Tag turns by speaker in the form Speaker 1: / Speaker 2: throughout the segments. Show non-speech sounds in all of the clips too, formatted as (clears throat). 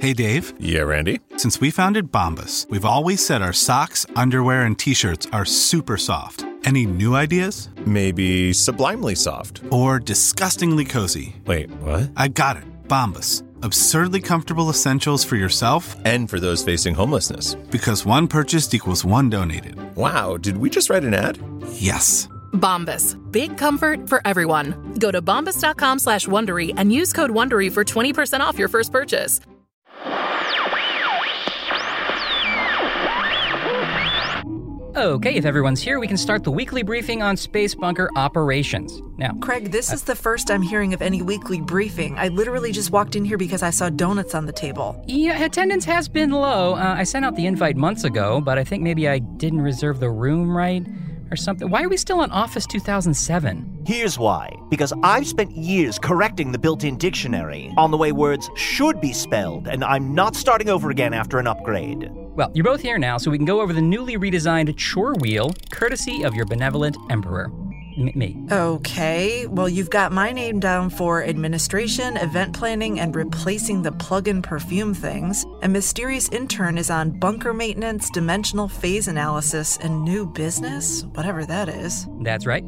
Speaker 1: Hey, Dave.
Speaker 2: Yeah, Randy.
Speaker 1: Since we founded Bombus, we've always said our socks, underwear, and t shirts are super soft. Any new ideas?
Speaker 2: Maybe sublimely soft.
Speaker 1: Or disgustingly cozy.
Speaker 2: Wait, what?
Speaker 1: I got it. Bombus. Absurdly comfortable essentials for yourself
Speaker 2: And for those facing homelessness.
Speaker 1: because one purchased equals one donated.
Speaker 2: Wow, did we just write an ad?
Speaker 1: Yes.
Speaker 3: Bombas. Big comfort for everyone. Go to bombas.com slash Wondery and use code Wondery for 20% off your first purchase.
Speaker 4: Okay, if everyone's here, we can start the weekly briefing on space bunker operations. Now,
Speaker 5: Craig, this is the first I'm hearing of any weekly briefing. I literally just walked in here because I saw donuts on the table.
Speaker 4: yeah, attendance has been low. Uh, I sent out the invite months ago, but I think maybe I didn't reserve the room right or something. Why are we still on Office 2007?
Speaker 6: Here's why. Because I've spent years correcting the built in dictionary on the way words should be spelled, and I'm not starting over again after an upgrade.
Speaker 4: Well, you're both here now, so we can go over the newly redesigned chore wheel, courtesy of your benevolent emperor. M- me.
Speaker 5: Okay, well, you've got my name down for administration, event planning, and replacing the plug in perfume things. A mysterious intern is on bunker maintenance, dimensional phase analysis, and new business, whatever that is.
Speaker 4: That's right.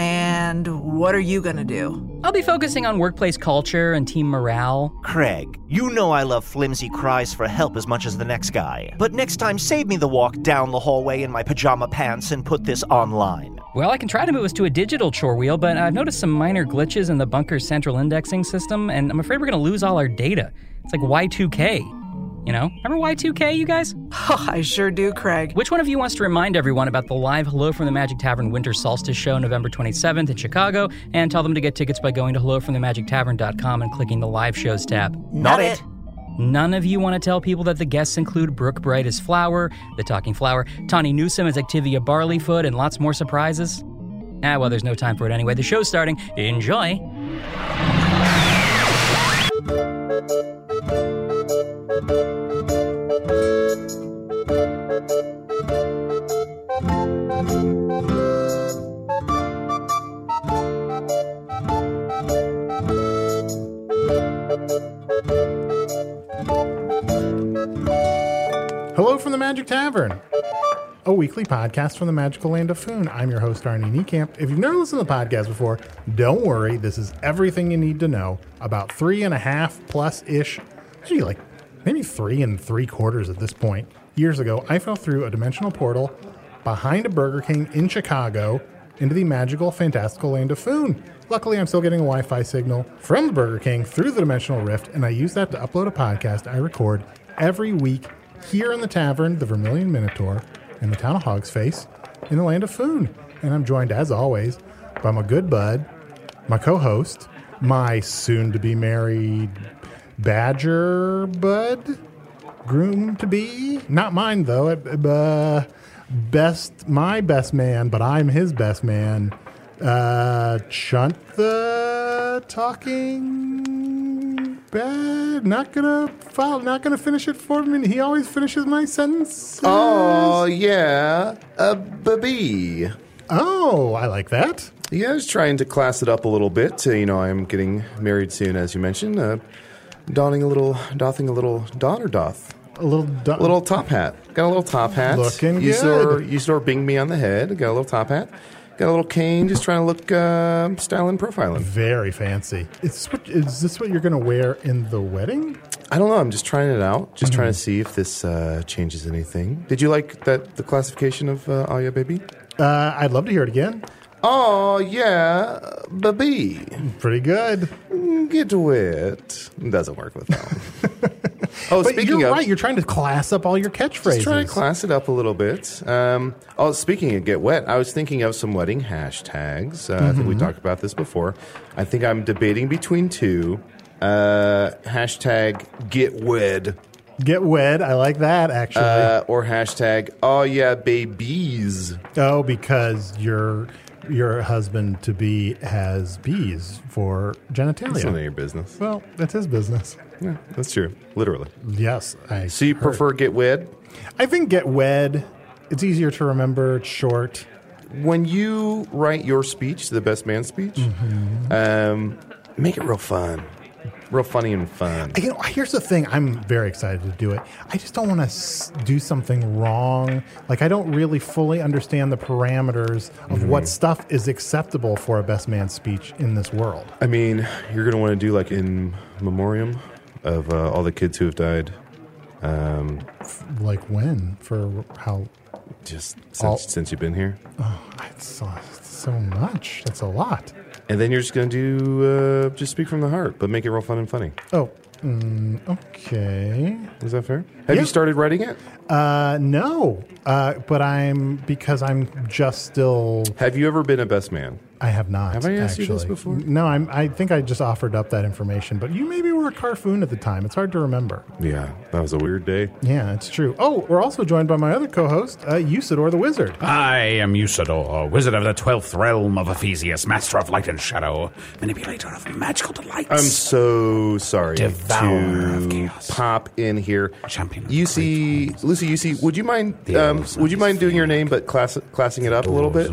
Speaker 5: And what are you gonna do?
Speaker 4: I'll be focusing on workplace culture and team morale.
Speaker 6: Craig, you know I love flimsy cries for help as much as the next guy. But next time, save me the walk down the hallway in my pajama pants and put this online.
Speaker 4: Well, I can try to move us to a digital chore wheel, but I've noticed some minor glitches in the bunker's central indexing system, and I'm afraid we're going to lose all our data. It's like Y2K. You know? Remember Y2K,
Speaker 5: (laughs)
Speaker 4: you guys?
Speaker 5: Oh, I sure do, Craig.
Speaker 4: Which one of you wants to remind everyone about the live Hello from the Magic Tavern Winter Solstice show November 27th in Chicago and tell them to get tickets by going to hellofromthemagictavern.com and clicking the live shows tab?
Speaker 6: Not, it.
Speaker 4: None of you want to tell people that the guests include Brooke Bright as Flower, the Talking Flower, Tawny Newsom as Activia Barleyfoot, and lots more surprises? Ah, well, there's no time for it anyway. The show's starting. Enjoy!
Speaker 7: Hello from the Magic Tavern, a weekly podcast from the magical land of Foon. I'm your host, Arnie Niekamp. If you've never listened to the podcast before, don't worry. This is everything you need to know about three and a half plus ish, actually, like maybe three and three quarters at this point. Years ago, I fell through a dimensional portal behind a Burger King in Chicago into the magical, fantastical land of Foon. Luckily, I'm still getting a Wi Fi signal from the Burger King through the dimensional rift, and I use that to upload a podcast I record every week here in the tavern, the Vermilion Minotaur, in the town of Hog's Face, in the land of Foon. And I'm joined, as always, by my good bud, my co host, my soon to be married badger bud, groom to be. Not mine, though. Uh, best, my best man, but I'm his best man. Uh, Chunt the talking bad. Not gonna file. Not gonna finish it for me. He always finishes my sentences.
Speaker 8: Oh, yeah, a baby.
Speaker 7: oh, I like that.
Speaker 8: Yeah, I was trying to class it up a little bit. Uh, You know, I'm getting married soon, as you mentioned. Uh, donning a little, dothing a little, don or doth?
Speaker 7: A little, du-
Speaker 8: A little top hat. Got a little top hat.
Speaker 7: Looking
Speaker 8: you Saw,
Speaker 7: good.
Speaker 8: you saw bing me on the head. Got a little top hat. Got a little cane. Just trying to look uh, styling, profiling.
Speaker 7: Very fancy. Is this, what, is this what you're gonna wear in the wedding?
Speaker 8: I don't know. I'm just trying it out. Just
Speaker 7: Mm-hmm.
Speaker 8: trying to see if this uh, changes anything. Did you like that the classification of uh, Aya baby?
Speaker 7: Uh, I'd love to hear it again.
Speaker 8: Oh, yeah, baby.
Speaker 7: Pretty good.
Speaker 8: Get wet. Doesn't work with that one.
Speaker 7: (laughs)
Speaker 8: oh,
Speaker 7: But
Speaker 8: speaking
Speaker 7: you're
Speaker 8: of.
Speaker 7: right. You're trying to class up all your catchphrases.
Speaker 8: Just trying to class it up a little bit. Um, oh, speaking of get wet, I was thinking of some wedding hashtags. Uh, I think we
Speaker 7: Mm-hmm.
Speaker 8: talked about this before. I think I'm debating between two. Uh, hashtag get wed
Speaker 7: Get wed. I like that actually.
Speaker 8: uh, or hashtag oh yeah babies.
Speaker 7: oh, because your your husband to be has bees for
Speaker 8: That's none of
Speaker 7: genitalia.
Speaker 8: your business.
Speaker 7: Well, that's his business.
Speaker 8: Yeah, that's true. Literally.
Speaker 7: Yes, I.
Speaker 8: So you
Speaker 7: heard.
Speaker 8: prefer get wed?
Speaker 7: I think get wed. It's easier to remember. It's short.
Speaker 8: when you write your speech, the best man speech, um, make it real fun, real funny and fun.
Speaker 7: You know, here's the thing. I'm very excited to do it. I just don't want to s- do something wrong. Like I don't really fully understand the parameters of
Speaker 8: Mm-hmm.
Speaker 7: what stuff is acceptable for a best man speech in this world.
Speaker 8: I mean, you're gonna want to do like in memoriam of uh, all the kids who have died, um,
Speaker 7: Like when for how
Speaker 8: just since
Speaker 7: All-
Speaker 8: since you've been here,
Speaker 7: it's so, so much. That's a lot.
Speaker 8: and then you're just gonna do uh, just speak from the heart, but make it real fun and funny.
Speaker 7: Oh, mm, okay.
Speaker 8: Is that fair? Have
Speaker 7: Yeah.
Speaker 8: you started writing it?
Speaker 7: Uh, no, uh, but I'm because I'm just still.
Speaker 8: Have you ever been a best man?
Speaker 7: I have not.
Speaker 8: Have I asked you
Speaker 7: actually.
Speaker 8: this before?
Speaker 7: No, I'm. I think I just offered up that information, but you maybe were at Carfoon at the time. It's hard to remember.
Speaker 8: Yeah, that was a weird day.
Speaker 7: Yeah, it's true. Oh, we're also joined by my other co-host, uh, Usador the Wizard.
Speaker 9: I am Usador, wizard of the twelfth realm of Ephesius, master of light and shadow, manipulator of magical delights.
Speaker 8: I'm so sorry
Speaker 9: Devourer of
Speaker 8: to
Speaker 9: chaos.
Speaker 8: pop in here.
Speaker 9: Champion of
Speaker 8: You
Speaker 9: the
Speaker 8: see,
Speaker 9: great ones.
Speaker 8: Lucy. You see, would you mind?
Speaker 9: The
Speaker 8: Um,
Speaker 9: elves
Speaker 8: would you
Speaker 9: and
Speaker 8: mind
Speaker 9: the
Speaker 8: doing your name, but class, classing it up a little bit?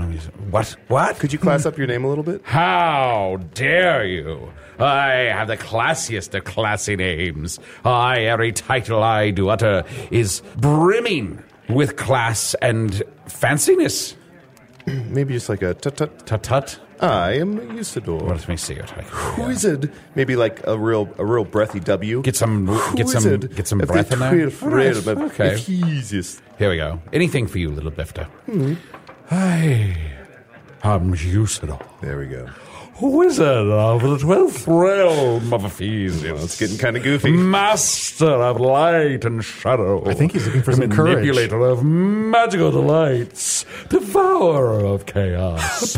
Speaker 9: What? What?
Speaker 8: Could you class up your name a little bit?
Speaker 9: How dare you? I have the classiest of classy names. I every title I do utter is brimming with class and fanciness.
Speaker 8: (clears throat) Maybe just like a tut tut.
Speaker 9: Tut tut.
Speaker 8: I am Usador.
Speaker 9: Let me see it.
Speaker 8: Who is it? Maybe like a real, a real breathy W.
Speaker 9: Get some-
Speaker 8: Who
Speaker 9: get
Speaker 8: is
Speaker 9: some-
Speaker 8: it?
Speaker 9: get some
Speaker 8: Of the
Speaker 9: breath in there?
Speaker 8: twelfth
Speaker 9: All right,
Speaker 8: realm of
Speaker 9: okay.
Speaker 8: Ephesius.
Speaker 9: Here we go. Anything for you, little bifter. I am Usador,
Speaker 8: There we go.
Speaker 9: wizard of the twelfth realm of Ephesius.
Speaker 8: It's getting kind of goofy.
Speaker 9: Master of light and shadow.
Speaker 7: I think he's looking for some courage.
Speaker 9: Manipulator of magical delights. Devourer
Speaker 7: (laughs)
Speaker 9: of chaos.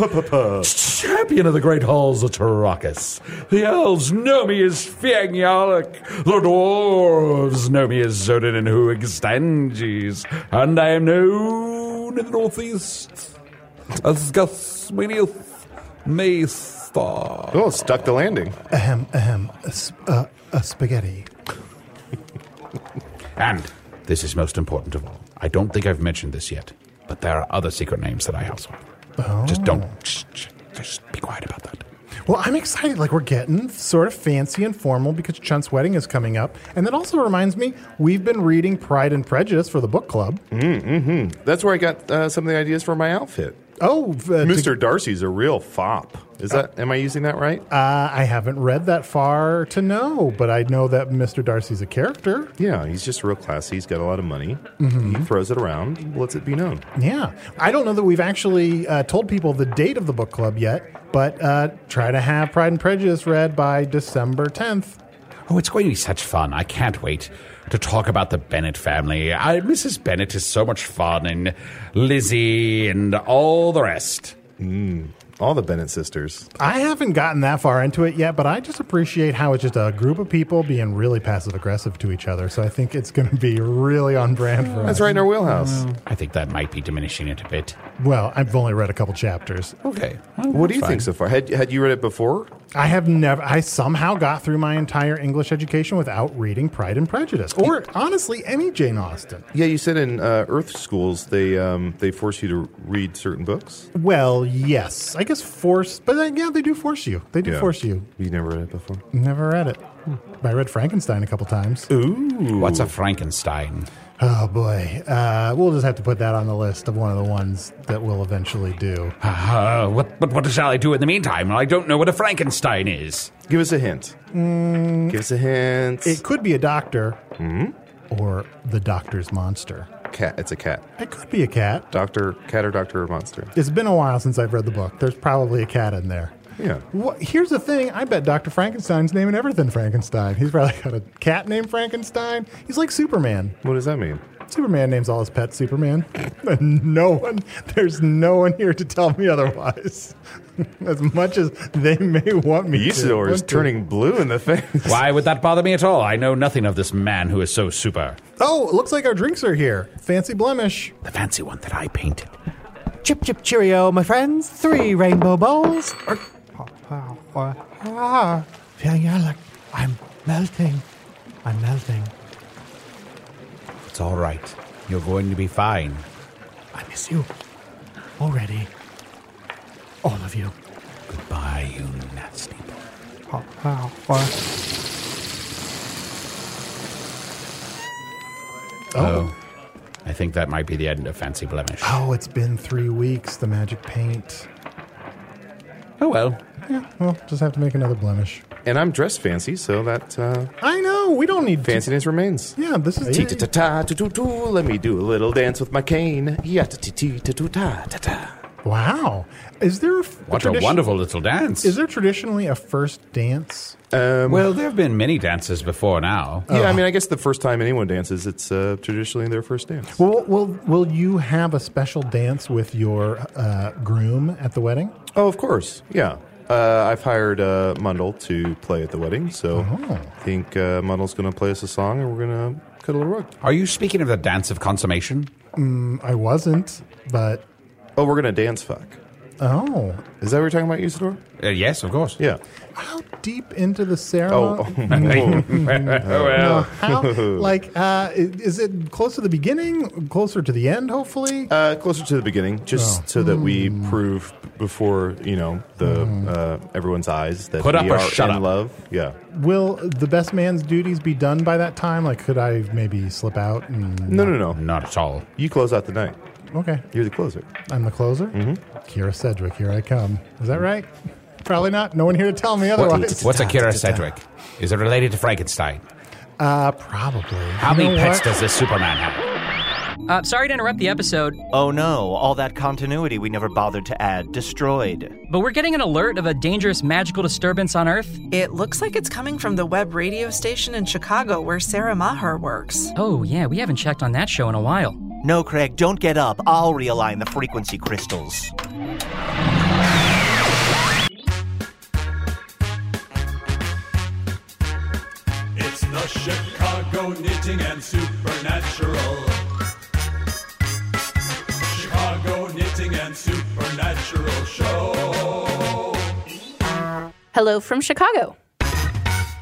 Speaker 9: Champion of the great halls of Tarakas. The elves know me as Fiang Yalak. The dwarves know me as Zodin and Huigstanges. And I am known in the northeast as Gasminius Maestar.
Speaker 8: Oh, stuck the landing.
Speaker 7: Ahem, ahem. A, sp- uh, a spaghetti.
Speaker 9: And this is most important of all. I don't think I've mentioned this yet, but there are other secret names that I also. Just don't. Shh, shh, just be quiet about that.
Speaker 7: Oh. Well, I'm excited. Like we're getting sort of fancy and formal because Chunt's wedding is coming up, and that also reminds me we've been reading Pride and Prejudice for the book club.
Speaker 8: Mm-hmm, That's where I got uh, some of the ideas for my outfit.
Speaker 7: Oh, uh, to-
Speaker 8: Mr. Darcy's a real fop. Is that? Am I using that right?
Speaker 7: uh, I haven't read that far to know, but I know that Mr. Darcy's a character. Mm-hmm.
Speaker 8: Yeah, he's just real classy. He's got a lot of money. He throws it around, lets it be known.
Speaker 7: Yeah, I don't know that we've actually uh, told people the date of the book club yet, but uh, try to have Pride and Prejudice read by December 10th.
Speaker 9: Oh, it's going to be such fun. I can't wait to talk about the Bennett family. I, Mrs. Bennett is so much fun, and Lizzie and all the rest.
Speaker 8: Mm, All the Bennett sisters.
Speaker 7: I haven't gotten that far into it yet, but I just appreciate how it's just a group of people being really passive aggressive to each other. So I think it's going to be really on brand for us.
Speaker 8: That's right in our wheelhouse.
Speaker 9: I think that might be diminishing it a bit.
Speaker 7: Well, I've only read a couple chapters.
Speaker 9: Okay.
Speaker 8: What do you think so far? Had, had you read it before?
Speaker 7: I have never, I somehow got through my entire English education without reading Pride and Prejudice, or honestly, any Jane Austen.
Speaker 8: Yeah, you said in uh, Earth schools they um, they force you to read certain books.
Speaker 7: Well, yes, I guess force, but then, yeah, they do force you. They do
Speaker 8: Yeah. Hmm.
Speaker 7: force you.
Speaker 8: You never read it before.
Speaker 7: Never read it. I read Frankenstein a couple times.
Speaker 9: What's a Frankenstein?
Speaker 7: Oh boy, uh, we'll just have to put that on the list of one of the ones that we'll eventually do.
Speaker 9: Uh, what, but what shall I do in the meantime? I don't know what a Frankenstein is.
Speaker 8: Give us a hint.
Speaker 7: Mm,
Speaker 8: Give us a hint. Mm-hmm.
Speaker 7: It could be a doctor or the doctor's monster.
Speaker 8: cat. It's a cat.
Speaker 7: It could be a cat.
Speaker 8: Doctor, cat or doctor or monster.
Speaker 7: It's been a while since I've read the book. There's probably a cat in there.
Speaker 8: Yeah.
Speaker 7: What, here's the thing. I bet Dr. Frankenstein's naming everything Frankenstein. He's probably got a cat named Frankenstein. He's like Superman.
Speaker 8: What does that mean?
Speaker 7: Superman names all his pets Superman. And no one, there's no one here to tell me otherwise. (laughs) as much as they may want me
Speaker 8: Isidore
Speaker 7: to.
Speaker 8: is turning blue in the face.
Speaker 10: Why would that bother me at all? I know nothing of this man who is so super.
Speaker 7: Oh, it looks like our drinks are here. Fancy blemish.
Speaker 10: The fancy one that I painted.
Speaker 11: Chip, chip, cheerio, my friends. Three rainbow bowls. Er, oh, oh, oh, ah. Feeling like I'm melting. I'm melting.
Speaker 10: It's all right. You're going to be fine.
Speaker 11: I miss you. Already. All of you.
Speaker 10: Goodbye, you nasty.
Speaker 11: Oh, oh, oh.
Speaker 10: Oh. I think that might be the end of Fancy Blemish.
Speaker 7: Oh, it's been three weeks, the magic paint.
Speaker 10: Oh well.
Speaker 7: Yeah, well, just have to make another blemish.
Speaker 8: And I'm dressed fancy, so that uh,
Speaker 7: I know, we don't need to-
Speaker 8: fanciness remains.
Speaker 7: Yeah, this is.
Speaker 8: Tee ta ta ta ta ta Let me do a little dance with my cane. Yeah, ta ta ta ta ta ta ta.
Speaker 7: Wow. Is there a. f-
Speaker 10: What a
Speaker 7: tradition-
Speaker 10: wonderful little dance.
Speaker 7: Is there traditionally a first dance?
Speaker 10: well, there have been many dances before now.
Speaker 8: Um,
Speaker 7: Oh.
Speaker 8: Yeah, I mean, I guess the first time anyone dances, it's uh, traditionally their first dance.
Speaker 7: Will, will, will you have a special dance with your uh, groom at the wedding?
Speaker 8: Oh, of course. Yeah. Uh, I've hired uh, Mundle to play at the wedding, so
Speaker 10: Oh.
Speaker 8: I think uh, Mundle's going to play us a song and we're going to cut a little rug.
Speaker 10: Are you speaking of the dance of consummation?
Speaker 7: Mm, I wasn't, but.
Speaker 8: Oh, we're going to dance fuck.
Speaker 7: Oh.
Speaker 8: Is that what you're talking about, Usador?
Speaker 10: Uh, yes, of course.
Speaker 8: Yeah.
Speaker 7: How deep into the
Speaker 10: Uh,
Speaker 8: Oh,
Speaker 7: ceremony? (laughs)
Speaker 8: whoa.
Speaker 9: Oh,
Speaker 8: Oh.
Speaker 10: (laughs)
Speaker 7: No,
Speaker 8: (laughs)
Speaker 7: how, like, uh, i- is it close to the beginning? Closer to the end, hopefully?
Speaker 8: Uh, closer to the beginning,
Speaker 10: Oh.
Speaker 8: just so that we
Speaker 10: Hmm.
Speaker 8: prove b- before you know the uh, everyone's eyes that
Speaker 10: Put up
Speaker 8: we
Speaker 10: or
Speaker 8: are
Speaker 10: shut
Speaker 8: in
Speaker 10: up.
Speaker 8: love. Yeah.
Speaker 7: Will the best man's duties be done by that time? Like, could I maybe slip out and.
Speaker 8: No, no, no.
Speaker 10: Not at all.
Speaker 8: You close out the night.
Speaker 7: Okay.
Speaker 8: You're the closer. Mm-hmm.
Speaker 7: I'm the closer? Kira Sedgwick, here I come. Is that right? Probably not. No one here to tell me otherwise.
Speaker 10: What's
Speaker 7: (sighs)
Speaker 10: Akira Sedgwick? Is it related to Frankenstein?
Speaker 7: Uh, probably.
Speaker 10: How
Speaker 7: You
Speaker 10: many
Speaker 7: know
Speaker 10: pets
Speaker 7: what?
Speaker 10: does this Superman have?
Speaker 4: Uh, sorry to interrupt the episode,
Speaker 6: Oh no, all that continuity we never bothered to add destroyed.
Speaker 4: but we're getting an alert of a dangerous magical disturbance on Earth.
Speaker 5: It looks like it's coming from the web radio station in Chicago where Sarah Maher works.
Speaker 4: Oh, yeah, we haven't checked on that show in a while.
Speaker 6: No, Craig, don't get up. I'll realign the frequency crystals.
Speaker 12: It's the Chicago Knitting and Supernatural. Chicago Knitting and Supernatural Show.
Speaker 13: Hello from Chicago.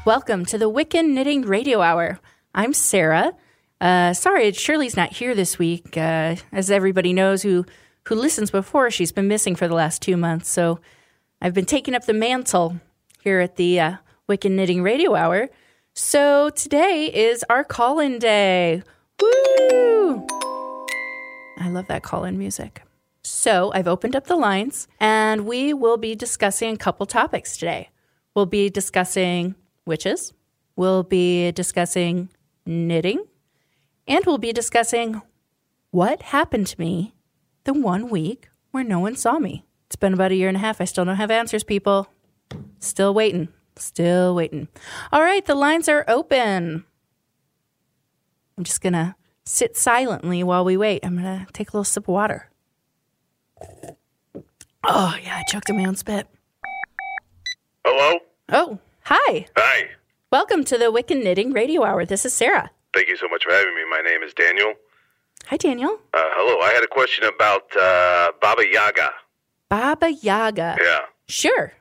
Speaker 13: Welcome to the Wiccan Knitting Radio Hour. I'm Sarah. Uh, sorry, Shirley's not here this week. Uh, as everybody knows who, who listens before, she's been missing for the last two months. So I've been taking up the mantle here at the uh, Wiccan Knitting Radio Hour. So today is our call in day. Woo! I love that call in music. So I've opened up the lines and we will be discussing a couple topics today. We'll be discussing witches, we'll be discussing knitting, and we'll be discussing what happened to me the one week where no one saw me. It's been about a year and a half. I still don't have answers, people. Still waiting. Still waiting. All right, the lines are open. I'm just going to sit silently while we wait. I'm going to take a little sip of water. Oh, yeah, I choked on my own spit.
Speaker 12: Hello?
Speaker 13: Oh, hi.
Speaker 12: Hi.
Speaker 13: Welcome to the Wiccan Knitting Radio Hour. This is Sarah.
Speaker 12: Thank you so much for having me. My name is Daniel.
Speaker 13: Hi, Daniel.
Speaker 12: Uh, hello. I had a question about uh, Baba Yaga.
Speaker 13: Baba Yaga.
Speaker 12: Yeah.
Speaker 13: Sure.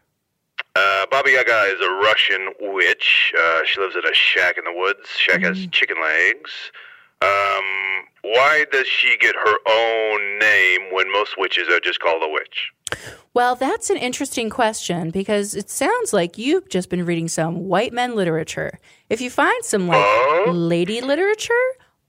Speaker 12: Uh, Baba Yaga is a Russian witch. Uh, she lives in a shack in the woods. Shack has chicken legs. Um, why does she get her own name when most witches are just called a witch?
Speaker 13: Well, that's an interesting question because it sounds like you've just been reading some white men literature. If you find some like lady literature,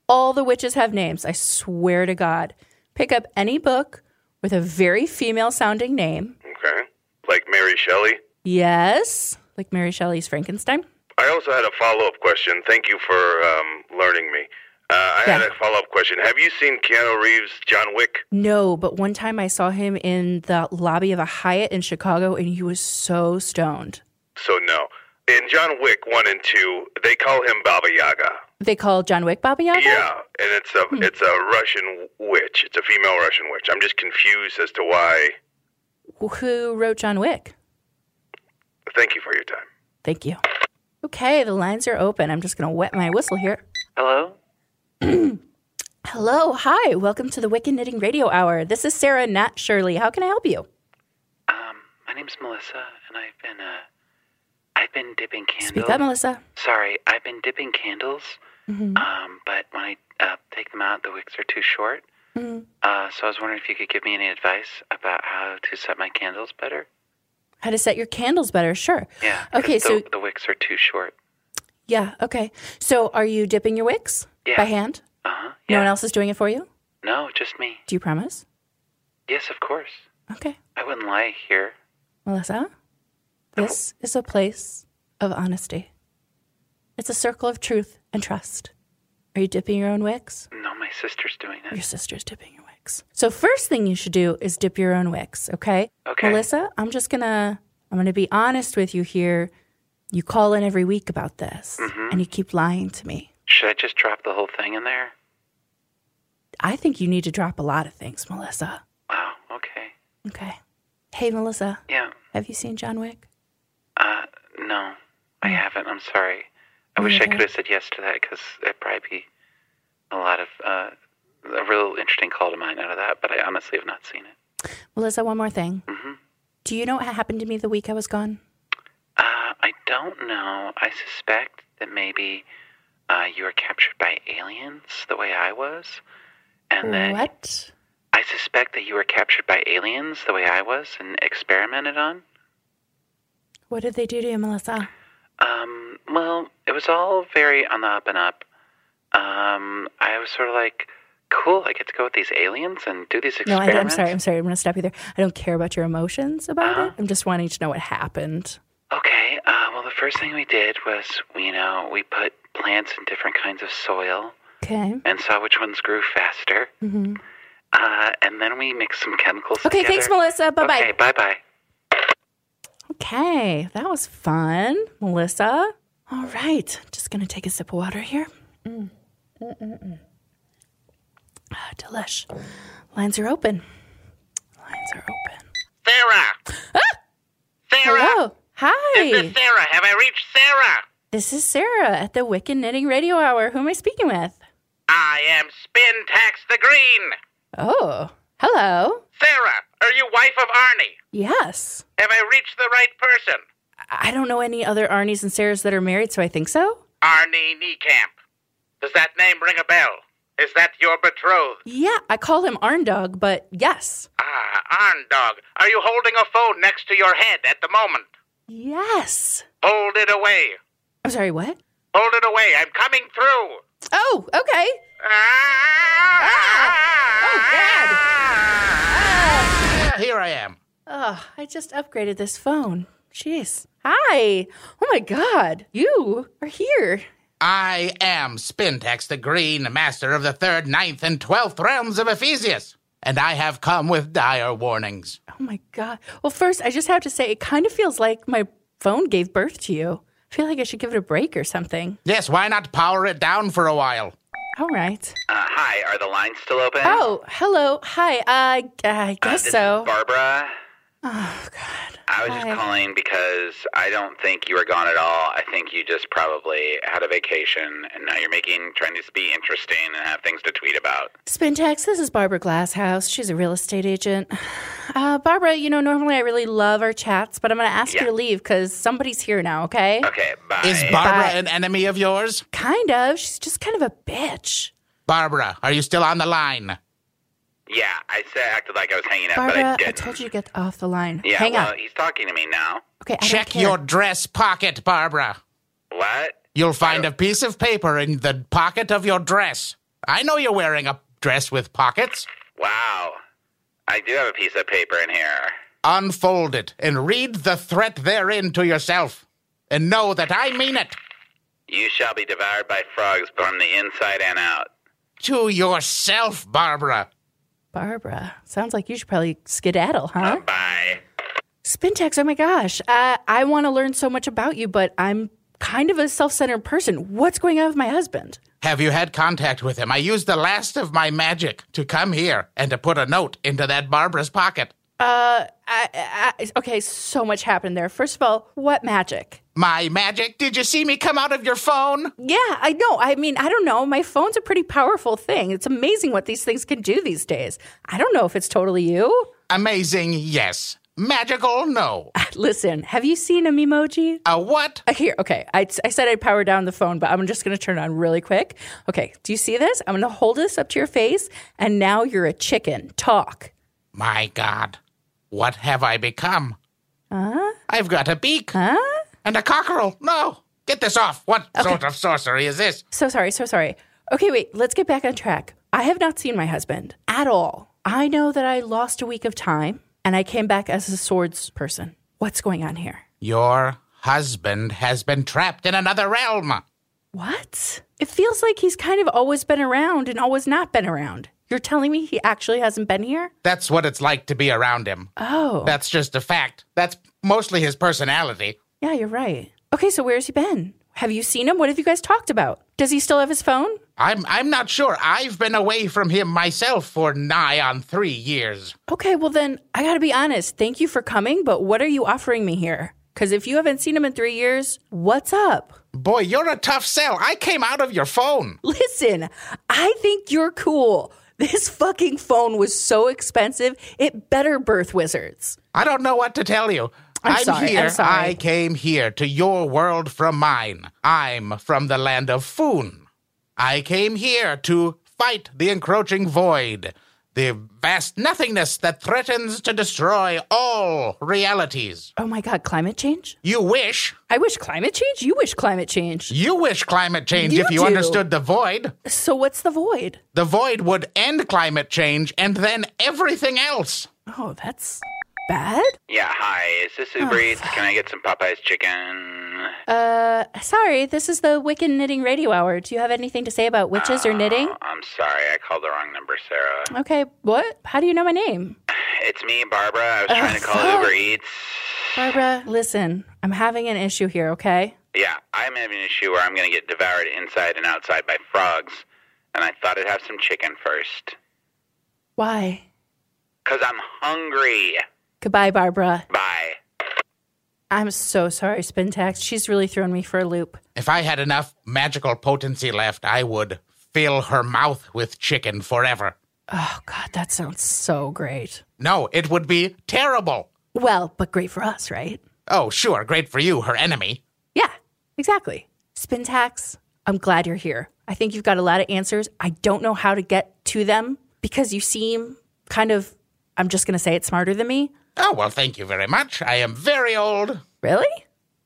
Speaker 13: all the witches have names. I swear to God. Pick up any book with a very female sounding name.
Speaker 12: Okay. Like Mary Shelley?
Speaker 13: Yes, like Mary Shelley's Frankenstein.
Speaker 12: I also had a follow up question. Thank you for um, learning me. Uh, I had a follow up question. Have you seen Keanu Reeves' John Wick?
Speaker 13: No, but one time I saw him in the lobby of a Hyatt in Chicago and he was so stoned.
Speaker 12: So no. In John Wick one and two, they call him Baba Yaga.
Speaker 13: They call John Wick Baba Yaga?
Speaker 12: Yeah, and it's a it's a Russian witch. It's a female Russian witch. I'm just confused as to why.
Speaker 13: Who wrote John Wick?
Speaker 12: Thank you for your time.
Speaker 13: Thank you. Okay, the lines are open. I'm just going to wet my whistle here.
Speaker 14: Hello?
Speaker 13: Hello, hi, welcome to the Wicked Knitting Radio Hour. This is Sarah, not Shirley. How can I help you?
Speaker 14: Um, My name's Melissa, and I've been uh, I've been dipping candles.
Speaker 13: Speak up, Melissa.
Speaker 14: Sorry, I've been dipping candles,
Speaker 13: Mhm.
Speaker 14: um, but when I uh, take them out, the wicks are too short.
Speaker 13: Mhm.
Speaker 14: Uh, so I was wondering if you could give me any advice about how to set my candles better.
Speaker 13: How to set your candles better? Sure.
Speaker 14: Yeah. 'cause
Speaker 13: Okay,
Speaker 14: the,
Speaker 13: so
Speaker 14: the wicks are too short.
Speaker 13: yeah, okay. So are you dipping your wicks
Speaker 14: Yeah.
Speaker 13: by hand?
Speaker 14: Uh huh.
Speaker 13: No one else is doing it for you?
Speaker 14: No, just me.
Speaker 13: Do you promise?
Speaker 14: Yes, of course.
Speaker 13: Okay.
Speaker 14: I wouldn't lie here.
Speaker 13: Melissa, this is a place of honesty. It's a circle of truth and trust. Are you dipping your own wicks?
Speaker 14: No, my sister's doing it.
Speaker 13: Your sister's dipping your wicks. So first thing you should do is dip your own wicks, okay?
Speaker 14: Okay.
Speaker 13: Melissa, I'm just gonna I'm gonna be honest with you here. You call in every week about this
Speaker 14: Mhm.
Speaker 13: and you keep lying to me.
Speaker 14: Should I just drop the whole thing in there?
Speaker 13: I think you need to drop a lot of things, Melissa.
Speaker 14: Wow. Oh, Okay.
Speaker 13: Okay. Hey Melissa,
Speaker 14: Yeah.
Speaker 13: have you seen John Wick?
Speaker 14: Uh, no, I haven't. I'm sorry. I wish I could have said yes to that because it'd probably be a lot of uh, a real interesting call to mind out of that. But I honestly have not seen it.
Speaker 13: Melissa, one more thing.
Speaker 14: hmm
Speaker 13: Do you know what happened to me the week I was gone?
Speaker 14: Uh, I don't know. I suspect that maybe uh, you were captured by aliens the way I was, and that
Speaker 13: What?
Speaker 14: I suspect that you were captured by aliens the way I was and experimented on.
Speaker 13: What did they do to you, Melissa?
Speaker 14: Um, well, it was all very on the up and up. Um, I was sort of like, cool, I get to go with these aliens and do these
Speaker 13: No, I,
Speaker 14: experiments.
Speaker 13: I'm sorry. I'm sorry. I'm going to stop you there. I don't care about your emotions about
Speaker 14: Uh-huh.
Speaker 13: it. I'm just wanting to know what happened.
Speaker 14: Okay, uh, well, the first thing we did was, you know, we put plants in different kinds of soil
Speaker 13: Okay.
Speaker 14: and saw which ones grew faster.
Speaker 13: hmm
Speaker 14: Uh, and then we mixed some chemicals
Speaker 13: Okay,
Speaker 14: together.
Speaker 13: thanks, Melissa. Bye-bye.
Speaker 14: Okay, bye-bye.
Speaker 13: Okay. That was fun, Melissa. All right. Just going to take a sip of water here. Mm. Mm-mm-mm. Ah, delish. Lines are open. Lines are open.
Speaker 15: Sarah. Sarah.
Speaker 13: Hello. Hi.
Speaker 15: This is Sarah. Have I reached Sarah?
Speaker 13: This is Sarah at the Wiccan Knitting Radio Hour. Who am I speaking with?
Speaker 15: I am Spin Tax the Green.
Speaker 13: Oh, hello.
Speaker 15: Sarah, are you wife of Arnie?
Speaker 13: Yes.
Speaker 15: Have I reached the right person?
Speaker 13: I don't know any other Arnies and Sarahs that are married, so I think so.
Speaker 15: Arnie Niekamp. Does that name ring a bell? Is that your betrothed?
Speaker 13: Yeah, I call him Arndog, but yes.
Speaker 15: Ah, Arndog, are you holding a phone next to your head at the moment?
Speaker 13: Yes.
Speaker 15: Hold it away.
Speaker 13: I'm sorry, what?
Speaker 15: Hold it away. I'm coming through.
Speaker 13: Oh, okay. Oh,
Speaker 15: Ah, here I am.
Speaker 13: Oh, I just upgraded this phone. Jeez. Hi. Oh my god. You are here.
Speaker 15: I am Spintax the Green, master of the third, ninth, and twelfth realms of Ephesius, and I have come with dire warnings.
Speaker 13: Oh my god. Well, first, I just have to say it kind of feels like my phone gave birth to you. I feel like I should give it a break or something.
Speaker 15: Yes, why not power it down for a while?
Speaker 13: All right.
Speaker 14: Uh, hi, are the lines still open?
Speaker 13: Oh, hello. Hi. Uh, I
Speaker 14: Uh,
Speaker 13: guess
Speaker 14: this
Speaker 13: so.
Speaker 14: Is Barbara.
Speaker 13: Oh,
Speaker 14: I was just
Speaker 13: Hi.
Speaker 14: calling because I don't think you were gone at all. I think you just probably had a vacation and now you're making trying to be interesting and have things to tweet about.
Speaker 13: Spintax, this is Barbara Glasshouse. She's a real estate agent. Uh, Barbara, you know, normally I really love our chats, but I'm going to ask you to leave because somebody's here now, okay?
Speaker 15: Okay, bye. Is Barbara
Speaker 13: Bye.
Speaker 15: an enemy of yours?
Speaker 13: Kind of. She's just kind of a bitch.
Speaker 15: Barbara, are you still on the line? Yeah, I said acted like I was hanging up, but
Speaker 13: Barbara,
Speaker 15: I
Speaker 13: I
Speaker 15: didn't.
Speaker 13: told you to get off the line.
Speaker 14: Yeah,
Speaker 13: Hang
Speaker 14: well,
Speaker 13: on.
Speaker 14: he's talking to me now.
Speaker 13: Okay, I
Speaker 15: Check
Speaker 13: don't care.
Speaker 15: your dress pocket, Barbara.
Speaker 14: What?
Speaker 15: You'll find a piece of paper in the pocket of your dress. I know you're wearing a dress with pockets.
Speaker 14: Wow. I do have a piece of paper in here.
Speaker 15: Unfold it and read the threat therein to yourself. And know that I mean it.
Speaker 14: You shall be devoured by frogs from the inside and out.
Speaker 15: to yourself, Barbara.
Speaker 13: Barbara, sounds like you should probably skedaddle, huh?
Speaker 15: Bye.
Speaker 13: Spintex, oh my gosh. Uh, I want to learn so much about you, but I'm kind of a self centered person. What's going on with my husband?
Speaker 15: Have you had contact with him? I used the last of my magic to come here and to put a note into that Barbara's pocket.
Speaker 13: Uh, I, I, okay, so much happened there. First of all, what magic?
Speaker 15: My magic? Did you see me come out of your phone?
Speaker 13: Yeah, I know. I mean, I don't know. My phone's a pretty powerful thing. It's amazing what these things can do these days. I don't know if it's totally you.
Speaker 15: Amazing, yes. Magical, no.
Speaker 13: (laughs) Listen, have you seen a memoji?
Speaker 15: A what?
Speaker 13: Here, okay. I, I said I'd power down the phone, but I'm just going to turn it on really quick. Okay, do you see this? I'm going to hold this up to your face, and now you're a chicken. Talk.
Speaker 15: My God, what have I become?
Speaker 13: Huh?
Speaker 15: I've got a beak.
Speaker 13: Huh?
Speaker 15: And a cockerel. No, Oh, get this off. What sort of sorcery is this?
Speaker 13: So sorry, so sorry. Okay, wait, let's get back on track. I have not seen my husband at all. I know that I lost a week of time and I came back as a swords person. What's going on here?
Speaker 15: Your husband has been trapped in another realm.
Speaker 13: What? It feels like he's kind of always been around and always not been around. You're telling me he actually hasn't been here?
Speaker 15: That's what it's like to be around him.
Speaker 13: Oh.
Speaker 15: That's just a fact. That's mostly his personality.
Speaker 13: Yeah, you're right. Okay, so where's he been? Have you seen him? What have you guys talked about? Does he still have his phone?
Speaker 15: I'm I'm not sure. I've been away from him myself for nigh on 3 years.
Speaker 13: Okay, well then, I gotta be honest. Thank you for coming, but what are you offering me here? Because if you haven't seen him in three years, what's up?
Speaker 15: Boy, you're a tough sell. I came out of your phone.
Speaker 13: Listen, I think you're cool. This fucking phone was so expensive, it better birth wizards.
Speaker 15: I don't know what to tell you.
Speaker 13: I'm sorry,
Speaker 15: here.
Speaker 13: I'm sorry.
Speaker 15: I came here to your world from mine. I'm from the land of Foon. I came here to fight the encroaching void, the vast nothingness that threatens to destroy all realities.
Speaker 13: Oh my God, climate change?
Speaker 15: You wish.
Speaker 13: I wish climate change? You wish climate change.
Speaker 15: You wish climate change
Speaker 13: You
Speaker 15: if you
Speaker 13: do.
Speaker 15: understood the void.
Speaker 13: So what's the void?
Speaker 15: The void would end climate change and then everything else.
Speaker 13: Oh, that's bad?
Speaker 14: Yeah, hi. Is this Uber Eats? Can I get some Popeye's chicken?
Speaker 13: Uh, sorry, this is the Wiccan Knitting Radio Hour. Do you have anything to say about witches or knitting?
Speaker 14: Oh, I'm sorry, I called the wrong number, Sarah.
Speaker 13: Okay, what? How do you know my name?
Speaker 14: It's me, Barbara. I was trying to call Uber Eats.
Speaker 13: Barbara, listen, I'm having an issue here, okay?
Speaker 14: Yeah, I'm having an issue where I'm going to get devoured inside and outside by frogs, and I thought I'd have some chicken first.
Speaker 13: Why?
Speaker 14: Because I'm hungry.
Speaker 13: Goodbye, Barbara.
Speaker 14: Bye.
Speaker 13: I'm so sorry, Spintax. She's really thrown me for a loop.
Speaker 15: If I had enough magical potency left, I would fill her mouth with chicken forever.
Speaker 13: Oh, God, that sounds so great.
Speaker 15: No, it would be terrible.
Speaker 13: Well, but great for us, right?
Speaker 15: Oh, sure, great for you, her enemy.
Speaker 13: Yeah, exactly. Spintax, I'm glad you're here. I think you've got a lot of answers. I don't know how to get to them because you seem kind of, I'm just going to say it, smarter than me.
Speaker 15: Oh, well, thank you very much. I am very old.
Speaker 13: Really?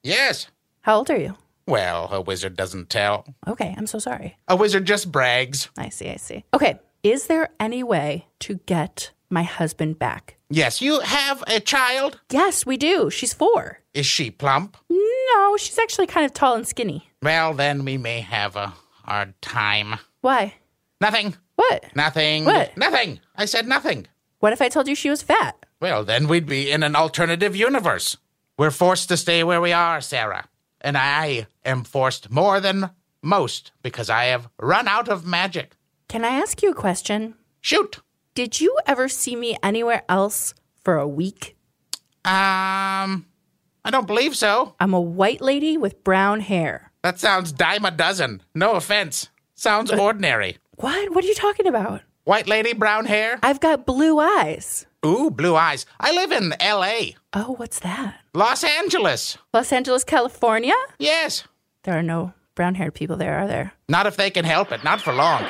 Speaker 15: Yes.
Speaker 13: How old are you?
Speaker 15: Well, a wizard doesn't tell.
Speaker 13: Okay, I'm so sorry.
Speaker 15: A wizard just brags.
Speaker 13: I see, I see. Okay, is there any way to get my husband back?
Speaker 15: Yes, you have a child?
Speaker 13: Yes, we do. She's four.
Speaker 15: Is she plump?
Speaker 13: No, she's actually kind of tall and skinny.
Speaker 15: Well, then we may have a hard time.
Speaker 13: Why?
Speaker 15: Nothing.
Speaker 13: What?
Speaker 15: Nothing.
Speaker 13: What?
Speaker 15: Nothing. I said nothing.
Speaker 13: What if I told you she was fat?
Speaker 15: Well, then we'd be in an alternative universe. We're forced to stay where we are, Sarah. And I am forced more than most because I have run out of magic.
Speaker 13: Can I ask you a question?
Speaker 15: Shoot.
Speaker 13: Did you ever see me anywhere else for a week?
Speaker 15: Um, I don't believe so.
Speaker 13: I'm a white lady with brown hair.
Speaker 15: That sounds dime a dozen. No offense.
Speaker 13: (laughs)
Speaker 15: Sounds ordinary.
Speaker 13: What? What are you talking about?
Speaker 15: White lady, brown hair.
Speaker 13: I've got blue eyes.
Speaker 15: Ooh, blue eyes. I live in L.A.,
Speaker 13: Oh, what's that?
Speaker 15: Los Angeles.
Speaker 13: Los Angeles, California?
Speaker 15: Yes.
Speaker 13: There are no brown haired people there, are there?
Speaker 15: Not if they can help it. Not for long.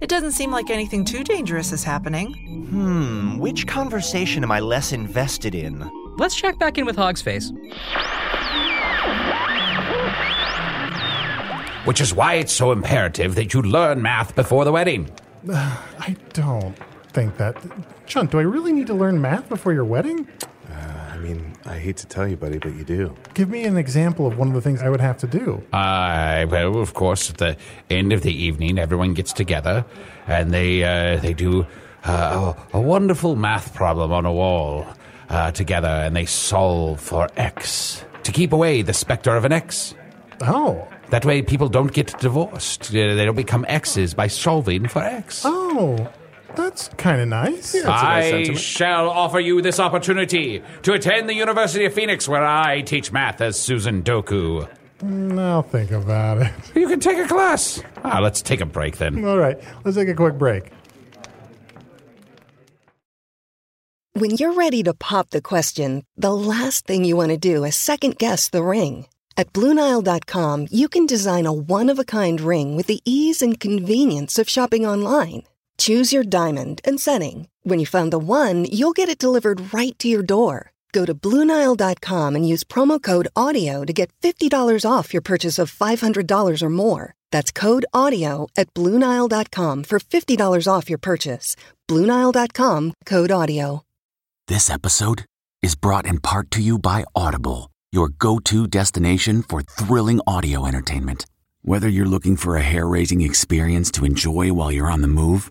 Speaker 5: It doesn't seem like anything too dangerous is happening.
Speaker 6: Hmm, which conversation am I less invested in?
Speaker 4: Let's check back in with Hogsface.
Speaker 9: Which is why it's so imperative that you learn math before the wedding.
Speaker 7: I don't think that. Chunt, do I really need to learn math before your wedding?
Speaker 8: Uh, I mean, I hate to tell you, buddy, but you do.
Speaker 7: Give me an example of one of the things I would have to do.
Speaker 9: Uh, well, of course, at the end of the evening, everyone gets together and they uh, they do uh, a, a wonderful math problem on a wall uh, together, and they solve for x to keep away the specter of an x.
Speaker 7: Oh,
Speaker 9: that way people don't get divorced. Uh, They don't become x's by solving for x.
Speaker 7: Oh, that's kind of nice.
Speaker 9: I shall offer you this opportunity to attend the University of Phoenix, where I teach math as Susan Doku.
Speaker 7: Mm, I'll think about it.
Speaker 9: You can take a class. Ah, let's take a break
Speaker 7: (laughs)
Speaker 9: then.
Speaker 7: All right, let's take a quick break.
Speaker 16: When you're ready to pop the question, the last thing you want to do is second guess the ring. At Bluenile.com, you can design a one of a kind ring with the ease and convenience of shopping online. Choose your diamond and setting. When you find the one, you'll get it delivered right to your door. Go to Bluenile.com and use promo code AUDIO to get $50 off your purchase of $500 or more. That's code AUDIO at Bluenile.com for $50 off your purchase. Bluenile.com code AUDIO.
Speaker 17: This episode is brought in part to you by Audible, your go to destination for thrilling audio entertainment. Whether you're looking for a hair raising experience to enjoy while you're on the move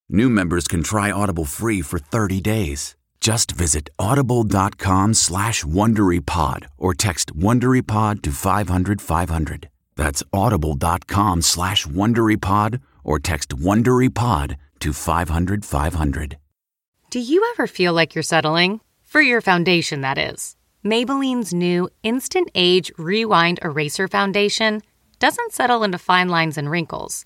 Speaker 17: new members can try Audible free for 30 days. Just visit audible.com slash WonderyPod or text WonderyPod to 500 500. That's audible.com slash WonderyPod or text WonderyPod to 500 500.
Speaker 18: Do you ever feel like you're settling? For your foundation, that is. Maybelline's new Instant Age Rewind Eraser Foundation doesn't settle into fine lines and wrinkles.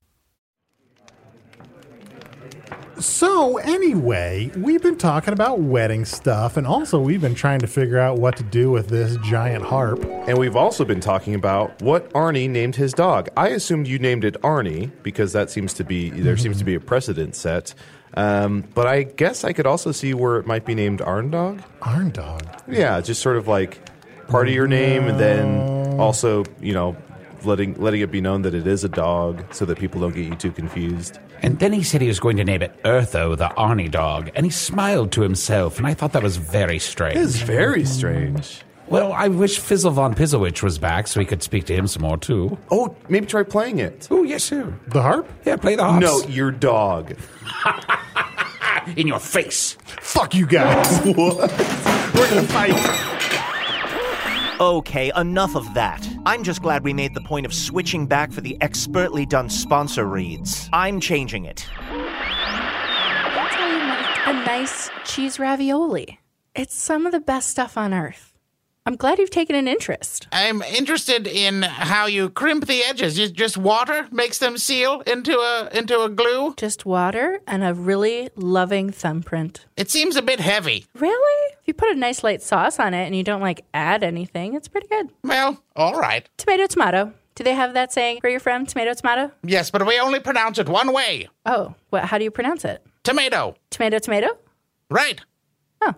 Speaker 7: So, anyway, we've been talking about wedding stuff, and also we've been trying to figure out what to do with this giant harp.
Speaker 8: And we've also been talking about what Arnie named his dog. I assumed you named it Arnie because that seems to be there seems to be a precedent set. Um, but I guess I could also see where it might be named Arn Dog.
Speaker 7: Arn Dog.
Speaker 8: Yeah, just sort of like part of your name, and then also you know letting letting it be known that it is a dog, so that people don't get you too confused.
Speaker 9: And then he said he was going to name it Eartho the Arnie Dog, and he smiled to himself, and I thought that was very strange.
Speaker 8: It is very strange.
Speaker 9: Well, I wish Fizzle von Pizzlewitch was back so we could speak to him some more, too.
Speaker 8: Oh, maybe try playing it.
Speaker 9: Oh, yes, sir.
Speaker 7: The harp?
Speaker 9: Yeah, play the harp.
Speaker 8: No, your dog.
Speaker 9: In your face.
Speaker 7: Fuck you guys.
Speaker 8: We're gonna fight.
Speaker 6: Okay, enough of that. I'm just glad we made the point of switching back for the expertly done sponsor reads. I'm changing it.
Speaker 13: That's how you make a nice cheese ravioli. It's some of the best stuff on earth. I'm glad you've taken an interest.
Speaker 15: I'm interested in how you crimp the edges. Just, just water makes them seal into a into a glue.
Speaker 13: Just water and a really loving thumbprint.
Speaker 15: It seems a bit heavy.
Speaker 13: Really? If you put a nice light sauce on it and you don't like add anything, it's pretty good.
Speaker 15: Well, all right.
Speaker 13: Tomato, tomato. Do they have that saying where you're from? Tomato, tomato?
Speaker 15: Yes, but we only pronounce it one way.
Speaker 13: Oh, what, how do you pronounce it?
Speaker 15: Tomato.
Speaker 13: Tomato, tomato?
Speaker 15: Right. Huh.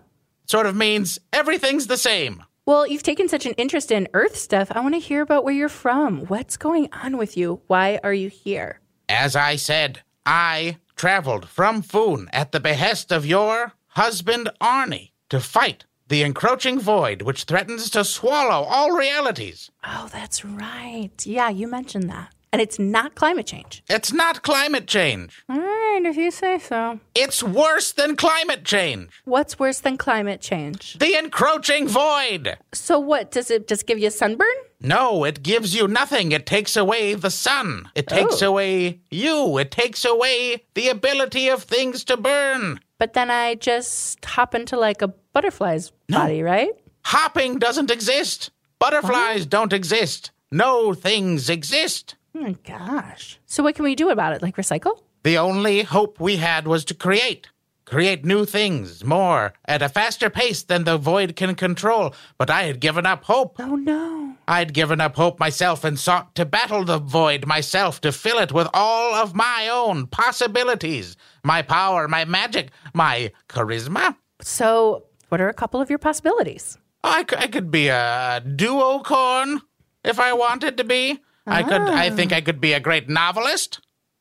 Speaker 15: Sort of means everything's the same.
Speaker 13: Well, you've taken such an interest in Earth stuff. I want to hear about where you're from. What's going on with you? Why are you here?
Speaker 15: As I said, I traveled from Foon at the behest of your husband Arnie to fight the encroaching void which threatens to swallow all realities.
Speaker 13: Oh, that's right. Yeah, you mentioned that. and it's not climate change.
Speaker 15: It's not climate change.
Speaker 13: All right, if you say so.
Speaker 15: It's worse than climate change.
Speaker 13: What's worse than climate change?
Speaker 15: The encroaching void.
Speaker 13: So what does it just give you a sunburn?
Speaker 15: No, it gives you nothing. It takes away the sun. It takes
Speaker 13: Oh.
Speaker 15: away you. It takes away the ability of things to burn.
Speaker 13: But then I just hop into like a butterfly's body, right?
Speaker 15: Hopping doesn't exist. Butterflies don't exist. No things exist.
Speaker 13: Oh my gosh. So what can we do about it? Like recycle?
Speaker 15: The only hope we had was to create. Create new things, more, at a faster pace than the void can control. But I had given up hope.
Speaker 13: Oh, no.
Speaker 15: I'd given up hope myself and sought to battle the void myself to fill it with all of my own possibilities my power, my magic, my charisma.
Speaker 13: So what are a couple of your possibilities?
Speaker 15: I, c- I could be a duocorn if I wanted to be. I could. I think I could be a great novelist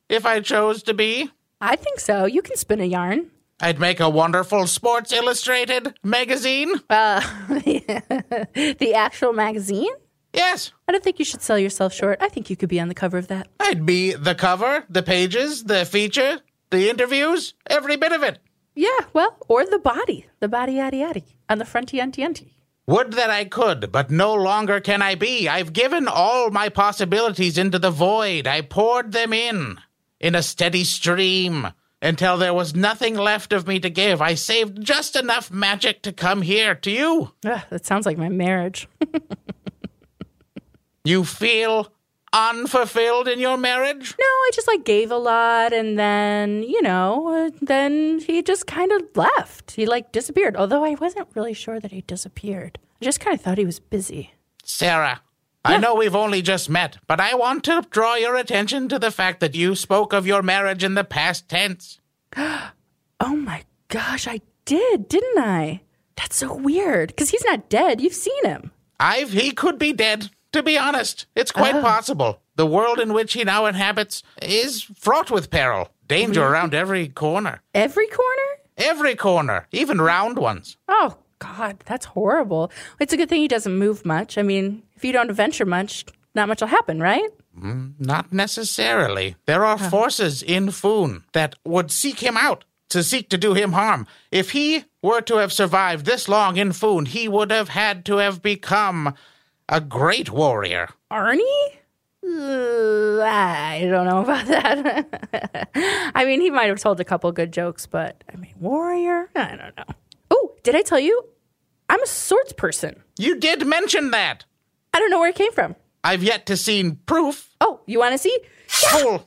Speaker 15: if I chose to be.
Speaker 13: I think so. You can spin a yarn.
Speaker 15: I'd make a wonderful Sports Illustrated magazine.
Speaker 13: Uh, (laughs) the actual magazine?
Speaker 15: Yes.
Speaker 13: I don't think you should sell yourself short. I think you could be on the cover of that.
Speaker 15: I'd be the cover, the pages, the feature, the interviews, every bit of it.
Speaker 13: Yeah, well, or the body. The body yaddy yaddy. On the fronty unty unty.
Speaker 15: Would that I could, but no longer can I be. I've given all my possibilities into the void. I poured them in, in a steady stream, until there was nothing left of me to give. I saved just enough magic to come here to you.
Speaker 13: Ugh, Ah, that sounds like my marriage.
Speaker 15: You feel (laughs) unfulfilled in your marriage?
Speaker 13: No, I just like gave a lot and then, you know, uh, then he just kind of left. He like disappeared. Although I wasn't really sure that he disappeared. I just kind of thought he was busy. (gasps)
Speaker 15: Sarah, I know we've only just met, but I want to draw your attention to the fact that you spoke of your marriage in the past tense.
Speaker 13: Oh my gosh, I did, didn't I? That's so weird cuz he's not dead. You've seen him.
Speaker 15: I've he could be dead. To be honest, it's
Speaker 13: Ah.
Speaker 15: quite possible. The world in which he now inhabits is fraught with peril, danger
Speaker 13: Really?
Speaker 15: around every corner.
Speaker 13: Every corner?
Speaker 15: Every corner, even round ones.
Speaker 13: Oh god, that's horrible. It's a good thing he doesn't move much. I mean, if you don't venture much, not much will happen, right?
Speaker 15: Mm, Not necessarily. There are forces in Foon that would seek him out, to seek to do him harm. If he were to have survived this long in Foon, he would have had to have become a great warrior.
Speaker 13: Arnie? Uh, I don't know about that. (laughs) I mean, he might have told a couple good jokes, but I mean, warrior? I don't know. Oh, did I tell you? I'm a swords person.
Speaker 15: You did mention that.
Speaker 13: I don't know where it came from.
Speaker 15: I've yet to see proof.
Speaker 13: Oh, you want to see?
Speaker 15: Oh.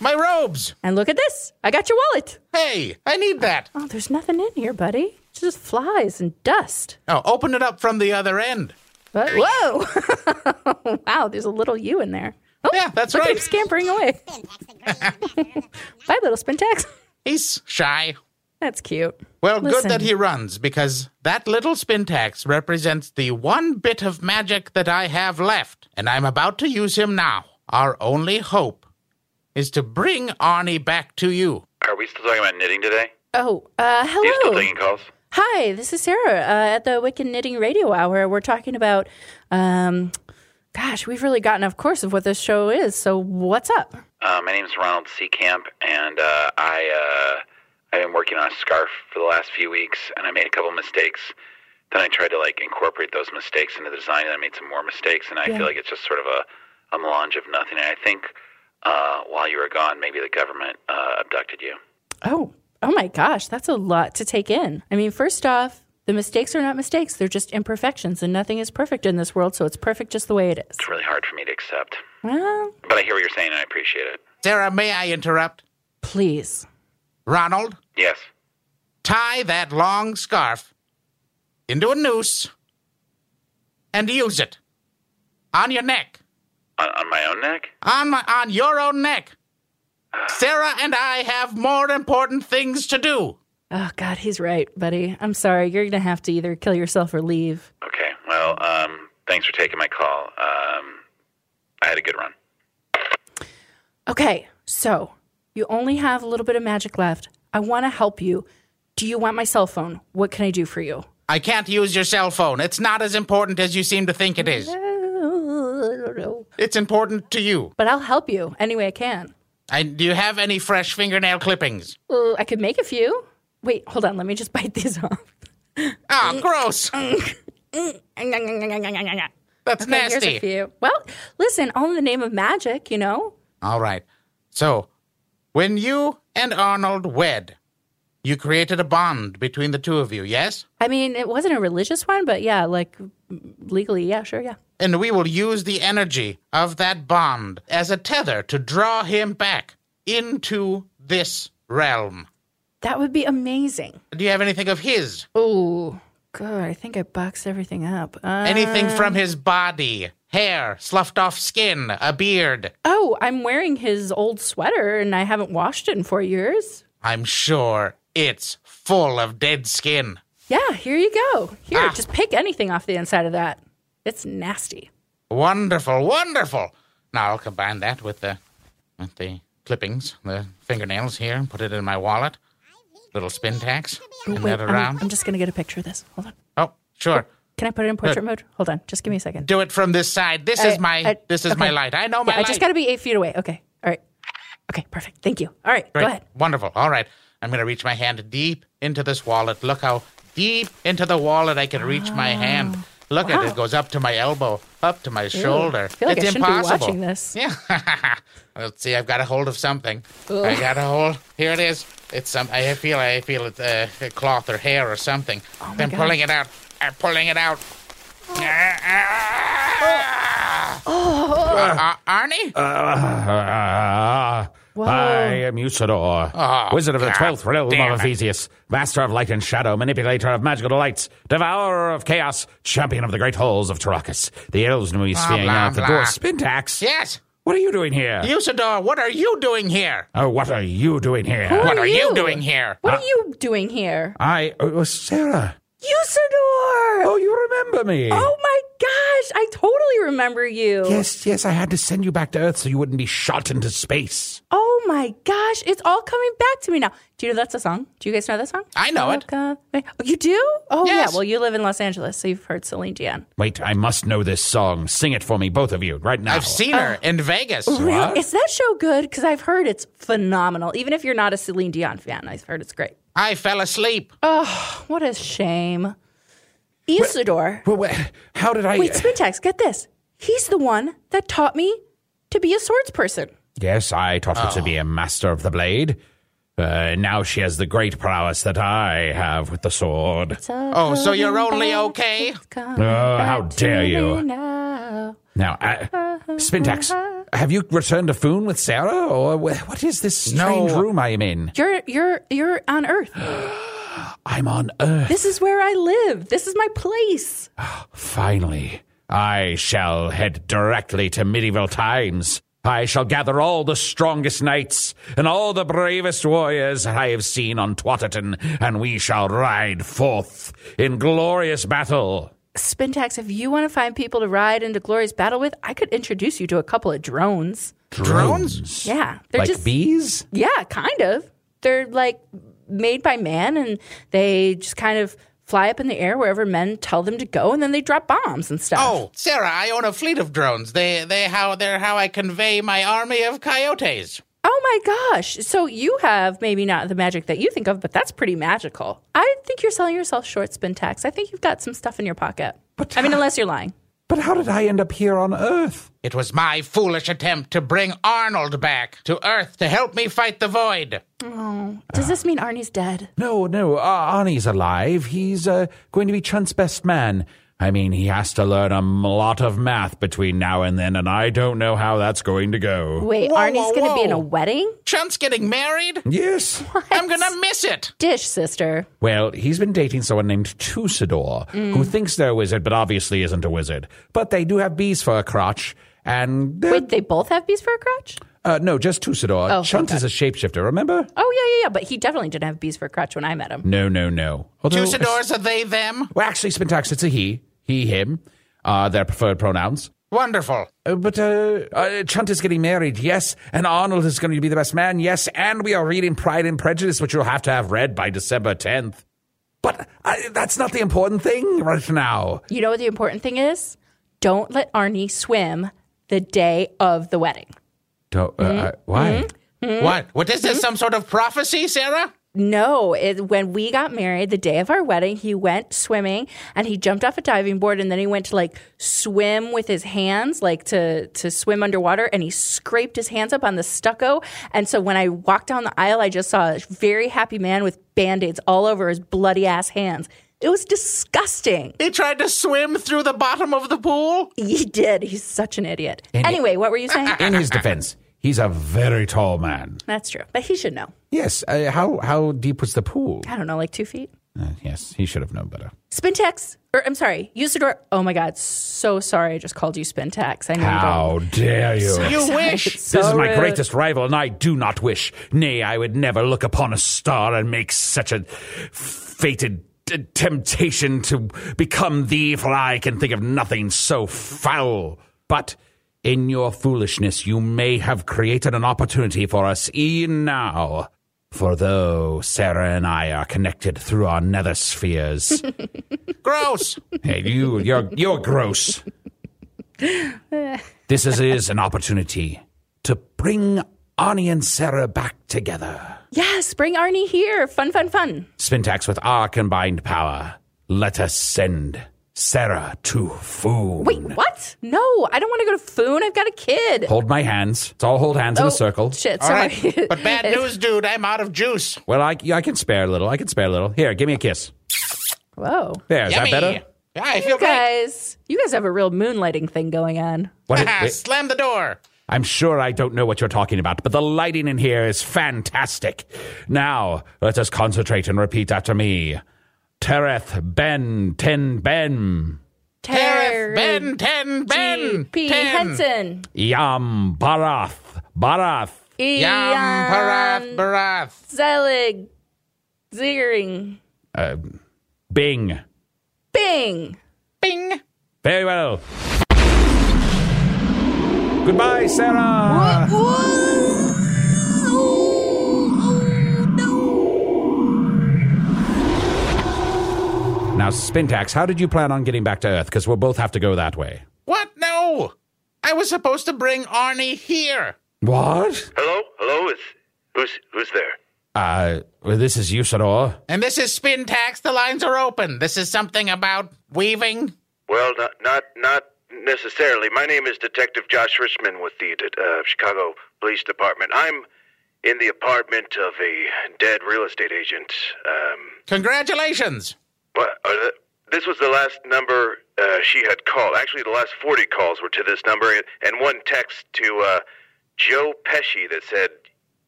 Speaker 15: My robes.
Speaker 13: And look at this. I got your wallet.
Speaker 15: Hey, I need that.
Speaker 13: Oh, there's nothing in here, buddy. It's just flies and dust.
Speaker 15: Oh, open it up from the other end.
Speaker 13: But whoa! (laughs) wow, there's a little you in there. Oh, yeah,
Speaker 15: that's
Speaker 13: look At
Speaker 15: right.
Speaker 13: him scampering away. Bye, little Spintax.
Speaker 15: He's shy.
Speaker 13: That's cute.
Speaker 15: Well,
Speaker 13: Listen.
Speaker 15: good that he runs, because that little Spintax represents the one bit of magic that I have left, and I'm about to use him now. Our only hope is to bring Arnie back to you.
Speaker 12: Are we still talking about knitting today?
Speaker 13: Oh, uh, hello.
Speaker 12: You still taking calls?
Speaker 13: Hi, this is Sarah uh, at the Wicked Knitting Radio Hour. We're talking about, um, gosh, we've really gotten off course of what this show is. So, what's up?
Speaker 12: Uh, my name is Ronald C. Camp, and uh, I uh, I've been working on a scarf for the last few weeks, and I made a couple mistakes. Then I tried to like incorporate those mistakes into the design, and I made some more mistakes, and I
Speaker 19: Yeah.
Speaker 12: feel like it's just sort of a, a melange of nothing. And I think uh, while you were gone, maybe the government uh, abducted you.
Speaker 13: Oh, oh my gosh, that's a lot to take in. I mean, first off, the mistakes are not mistakes, they're just imperfections, and nothing is perfect in this world. So, it's perfect just the way it is.
Speaker 12: It's really hard for me to accept,
Speaker 13: Well,
Speaker 12: but I hear what you're saying, and I appreciate it.
Speaker 15: Sarah, may I interrupt?
Speaker 13: Please.
Speaker 15: Ronald,
Speaker 12: Yes.
Speaker 15: tie that long scarf into a noose and use it on your neck.
Speaker 12: On, on my own neck?
Speaker 15: on my, on your own neck. Sarah and I have more important things to do.
Speaker 13: oh God, he's right, buddy. I'm sorry. You're going to have to either kill yourself or leave.
Speaker 12: Okay. Well, um, thanks for taking my call. Um, I had a good run.
Speaker 13: Okay, so you only have a little bit of magic left. I want to help you. Do you want my cell phone? What can I do for you?
Speaker 15: I can't use your cell phone. It's not as important as you seem to think it is.
Speaker 13: I don't know.
Speaker 15: It's important to you.
Speaker 13: But I'll help you any way I can.
Speaker 15: And do you have any fresh fingernail clippings?
Speaker 13: Uh, I could make a few. Wait, hold on. Let me just (laughs) bite these off.
Speaker 15: Oh, gross.
Speaker 13: That's Here's
Speaker 15: nasty.
Speaker 13: a few. Well, listen, all in the name of magic, you know?
Speaker 15: All right. So, when you and Arnold wed, you created a bond between the two of you, yes?
Speaker 13: I mean, it wasn't a religious one, but yeah, like m- legally, yeah, sure, yeah.
Speaker 15: And we will use the energy of that bond as a tether to draw him back into this realm.
Speaker 13: That would be amazing.
Speaker 15: Do you have anything of his?
Speaker 13: Oh, God, I think I boxed everything up. Um,
Speaker 15: Anything from his body? Hair, sloughed off skin, a beard?
Speaker 13: Oh, I'm wearing his old sweater and I haven't washed it in four years.
Speaker 15: I'm sure it's full of dead skin.
Speaker 13: Yeah, here you go. Here,
Speaker 15: Ah.
Speaker 13: just pick anything off the inside of that. It's nasty.
Speaker 15: Wonderful, wonderful. Now I'll combine that with the with the clippings, the fingernails here, and put it in my wallet. Little spin tax.
Speaker 13: Ooh,
Speaker 15: and
Speaker 13: wait,
Speaker 15: that
Speaker 13: I'm-
Speaker 15: around.
Speaker 13: I'm, just going to get a picture of this. Hold on.
Speaker 15: Oh, sure.
Speaker 13: Can I put it in portrait
Speaker 15: Good.
Speaker 13: mode? Hold on. Just give me a second.
Speaker 15: Do it from this side. This
Speaker 13: I-
Speaker 15: is my
Speaker 13: I-
Speaker 15: this is my
Speaker 13: Uh, okay.
Speaker 15: light. I know
Speaker 13: Yeah,
Speaker 15: my
Speaker 13: I just
Speaker 15: light.
Speaker 13: got to be eight feet away. Okay. All right. Okay, perfect. Thank you. All right,
Speaker 15: Great.
Speaker 13: go ahead.
Speaker 15: Wonderful. All right. I'm going to reach my hand deep into this wallet. Look how deep into the wallet I can reach my hand. Look at it. It goes up to my elbow, up to my
Speaker 13: Ew.
Speaker 15: shoulder.
Speaker 13: I feel like
Speaker 15: it's
Speaker 13: I shouldn't
Speaker 15: impossible.
Speaker 13: be watching this.
Speaker 15: (laughs) Yeah. Let's see. I've got a hold of something.
Speaker 13: Ugh.
Speaker 15: I got a hold. Here it is. It's some. I feel. I feel it. Uh, cloth or hair or something.
Speaker 13: Oh my
Speaker 15: I'm
Speaker 13: God.
Speaker 15: pulling it out. I'm pulling it out.
Speaker 9: Ah,
Speaker 13: Oh.
Speaker 15: Uh, Arnie.
Speaker 9: Uh, Ah,
Speaker 15: Whoa.
Speaker 9: I am Usador,
Speaker 15: Oh,
Speaker 9: wizard of the
Speaker 15: God
Speaker 9: twelfth realm
Speaker 15: damn
Speaker 9: of
Speaker 15: it.
Speaker 9: Ephesius, master of light and shadow, manipulator of magical delights, devourer of chaos, champion of the great halls of Tarakas. The elves knew me
Speaker 15: Blah,
Speaker 9: spying
Speaker 15: blah,
Speaker 9: out the
Speaker 15: blah.
Speaker 9: door. Spintax,
Speaker 15: Yes.
Speaker 9: what are you doing here?
Speaker 15: Usador, what are you doing here?
Speaker 9: Oh, what are you doing here? Uh,
Speaker 13: Who
Speaker 15: What are you doing here?
Speaker 13: What are you doing here?
Speaker 9: I, oh, Sarah.
Speaker 13: Usador!
Speaker 9: Oh, you remember me?
Speaker 13: Oh my gosh, I totally remember you.
Speaker 9: Yes, yes, I had to send you back to Earth so you wouldn't be shot into space.
Speaker 13: Oh my gosh, it's all coming back to me now. Do you know that's a song? Do you guys know that song?
Speaker 9: I know it.
Speaker 13: Welcome- Oh, you do? Oh yeah. Well, you live in Los Angeles, so you've heard Celine Dion.
Speaker 9: Wait, I must know this song. Sing it for me, both of you, right now. I've
Speaker 15: seen her in Vegas.
Speaker 13: Oh. Really? Is that show good? Because I've heard it's phenomenal. Even if you're not a Celine Dion fan, I've heard it's great.
Speaker 15: I fell asleep.
Speaker 13: Oh, what a shame. Isidore.
Speaker 9: Wait, how did I?
Speaker 13: Wait, Spintax, get this. He's the one that taught me to be a swords person.
Speaker 9: Yes, I taught her to
Speaker 15: Oh.
Speaker 9: be a master of the blade. Uh, now she has the great prowess that I have with the sword.
Speaker 15: Oh, so you're only okay?
Speaker 9: Oh, how dare you! Now, uh,
Speaker 13: Uh-huh.
Speaker 9: Spintax, have you returned to Foon with Sarah, or wh- what is this strange room I am in?
Speaker 13: You're you're you're on Earth.
Speaker 9: (sighs) I'm on Earth.
Speaker 13: this is where I live. This is my place.
Speaker 9: Finally, I shall head directly to medieval times. I shall gather all the strongest knights and all the bravest warriors that I have seen on Twatterton, and we shall ride forth in glorious battle.
Speaker 13: Spintax, if you want to find people to ride into glorious battle with, I could introduce you to a couple of drones.
Speaker 9: Drones?
Speaker 13: Yeah, they're
Speaker 9: like
Speaker 13: just
Speaker 9: bees?
Speaker 13: Yeah, kind of. They're like made by man and they just kind of fly up in the air wherever men tell them to go and then they drop bombs and stuff.
Speaker 15: Oh, Sarah, I own a fleet of drones. They they how they're how I convey my army of coyotes.
Speaker 13: Oh my gosh. So you have maybe not the magic that you think of, but that's pretty magical. I think you're selling yourself short, Spintax. I think you've got some stuff in your pocket. I mean, unless you're lying.
Speaker 9: But how did I end up here on Earth?
Speaker 15: It was my foolish attempt to bring Arnold back to Earth to help me fight the void.
Speaker 13: Oh. Does this mean Arnie's dead?
Speaker 9: No, no, Ar- Arnie's alive. He's uh, going to be Chunt's best man. I mean, he has to learn a m- lot of math between now and then, and I don't know how that's going to go.
Speaker 13: Wait,
Speaker 15: Whoa,
Speaker 13: Arnie's
Speaker 15: whoa,
Speaker 13: going to be in a
Speaker 15: whoa.
Speaker 13: wedding?
Speaker 15: Chunt's getting married?
Speaker 9: Yes.
Speaker 15: I'm gonna miss it.
Speaker 13: Dish, sister.
Speaker 9: Well, he's been dating someone named Tusador,
Speaker 13: Mm.
Speaker 9: who thinks they're a wizard, but obviously isn't a wizard. But they do have bees for a crotch, and they're-
Speaker 13: Wait, they both have bees for a crotch?
Speaker 9: uh, no, just Tusador.
Speaker 13: Oh,
Speaker 9: Chunt
Speaker 13: okay.
Speaker 9: is a shapeshifter. Remember?
Speaker 13: Oh, yeah, yeah, yeah. But he definitely didn't have bees for a crotch when I met him.
Speaker 9: No, no, no.
Speaker 15: Tusadors are they them?
Speaker 9: Well, actually, Spintax, it's a he, he, him. Uh, their preferred pronouns.
Speaker 15: Wonderful.
Speaker 9: Uh, but uh, uh, Chunt is getting married, yes, and Arnold is going to be the best man, yes, and we are reading Pride and Prejudice, which you'll have to have read by December 10th. But uh, that's not the important thing right now.
Speaker 13: You know what the important thing is? Don't let Arnie swim the day of the wedding.
Speaker 9: Don't, uh,
Speaker 13: Mhm.
Speaker 9: uh, why?
Speaker 13: Mhm.
Speaker 15: What? What is this? Some sort of prophecy, Sarah?
Speaker 13: No, it, when we got married, the day of our wedding, he went swimming and he jumped off a diving board and then he went to like swim with his hands, like to to swim underwater, and he scraped his hands up on the stucco. And so when I walked down the aisle, I just saw a very happy man with band-aids all over his bloody ass hands. It was disgusting.
Speaker 15: He tried to swim through the bottom of the pool?
Speaker 13: He did. He's such an idiot.
Speaker 9: And-
Speaker 13: anyway, what were
Speaker 9: (laughs)
Speaker 13: you saying?
Speaker 9: In his defense, he's a very tall man.
Speaker 13: That's true. But he should know.
Speaker 9: Yes. Uh, how how deep was the pool?
Speaker 13: I don't know, like two feet.
Speaker 9: Uh, yes, he should have known better.
Speaker 13: Spintax, or I'm sorry, Usador. Oh my God, so sorry. I just called you Spintax. I know. you
Speaker 9: How
Speaker 13: don't-
Speaker 9: dare you?
Speaker 13: So
Speaker 15: You
Speaker 13: sorry,
Speaker 15: wish.
Speaker 13: it's
Speaker 9: this
Speaker 13: so
Speaker 9: is my
Speaker 13: rude.
Speaker 9: greatest rival, and I do not wish. Nay, I would never look upon a star and make such a fated t- temptation to become thee, for I can think of nothing so foul. But in your foolishness, you may have created an opportunity for us e'en now. For though Sarah and I are connected through our nether
Speaker 13: (laughs)
Speaker 9: spheres,
Speaker 15: (laughs) Gross.
Speaker 9: hey, you, you're you're gross. This is, is an opportunity to bring Arnie and Sarah back together.
Speaker 13: Yes, bring Arnie here. Fun, fun, fun.
Speaker 9: Spintax, with our combined power, let us send Sarah to Foon.
Speaker 13: Wait, what? No, I don't want to go to Foon. I've got a kid.
Speaker 9: Hold my hands. It's all hold hands in
Speaker 13: Oh,
Speaker 9: a circle.
Speaker 13: Shit,
Speaker 15: All
Speaker 13: sorry. (laughs)
Speaker 15: right. But bad news, dude. I'm out of juice.
Speaker 9: Well, I, yeah, I can spare a little. I can spare a little. Here, give me a kiss.
Speaker 13: Whoa.
Speaker 9: There, is
Speaker 15: Yummy.
Speaker 9: that better?
Speaker 15: I
Speaker 13: you guys, you guys have a real moonlighting thing going on.
Speaker 15: (laughs)
Speaker 9: What it- it-
Speaker 15: Slam the door.
Speaker 9: I'm sure I don't know what you're talking about, but the lighting in here is fantastic. Now, let us concentrate and repeat after me. Tereth Ben Ten Ben
Speaker 13: Terror.
Speaker 15: Ben, ten, Ben,
Speaker 13: P.
Speaker 15: ten.
Speaker 13: Henson.
Speaker 9: Yam Barath Barath
Speaker 13: Ian
Speaker 15: Barath, Barath.
Speaker 13: Zelig. Ziggering.
Speaker 9: uh, Bing.
Speaker 13: Bing.
Speaker 15: Bing.
Speaker 9: Very well. Goodbye, Sarah. Now, Spintax, how did you plan on getting back to Earth? Because we'll both have to go that way.
Speaker 15: What? No. I was supposed to bring Arnie here.
Speaker 9: What?
Speaker 12: Hello? Hello? Is who's who's there?
Speaker 9: Uh, well, this is Usador.
Speaker 15: And this is Spin Tax. The lines are open. This is something about weaving.
Speaker 12: Well, not not not necessarily. My name is Detective Josh Richmond with the uh, Chicago Police Department. I'm in the apartment of a dead real estate agent. Um,
Speaker 15: Congratulations.
Speaker 12: What? Are the, uh, this was the last number uh, she had called. Actually, the last 40 calls were to this number, and, and one text to uh, Joe Pesci that said,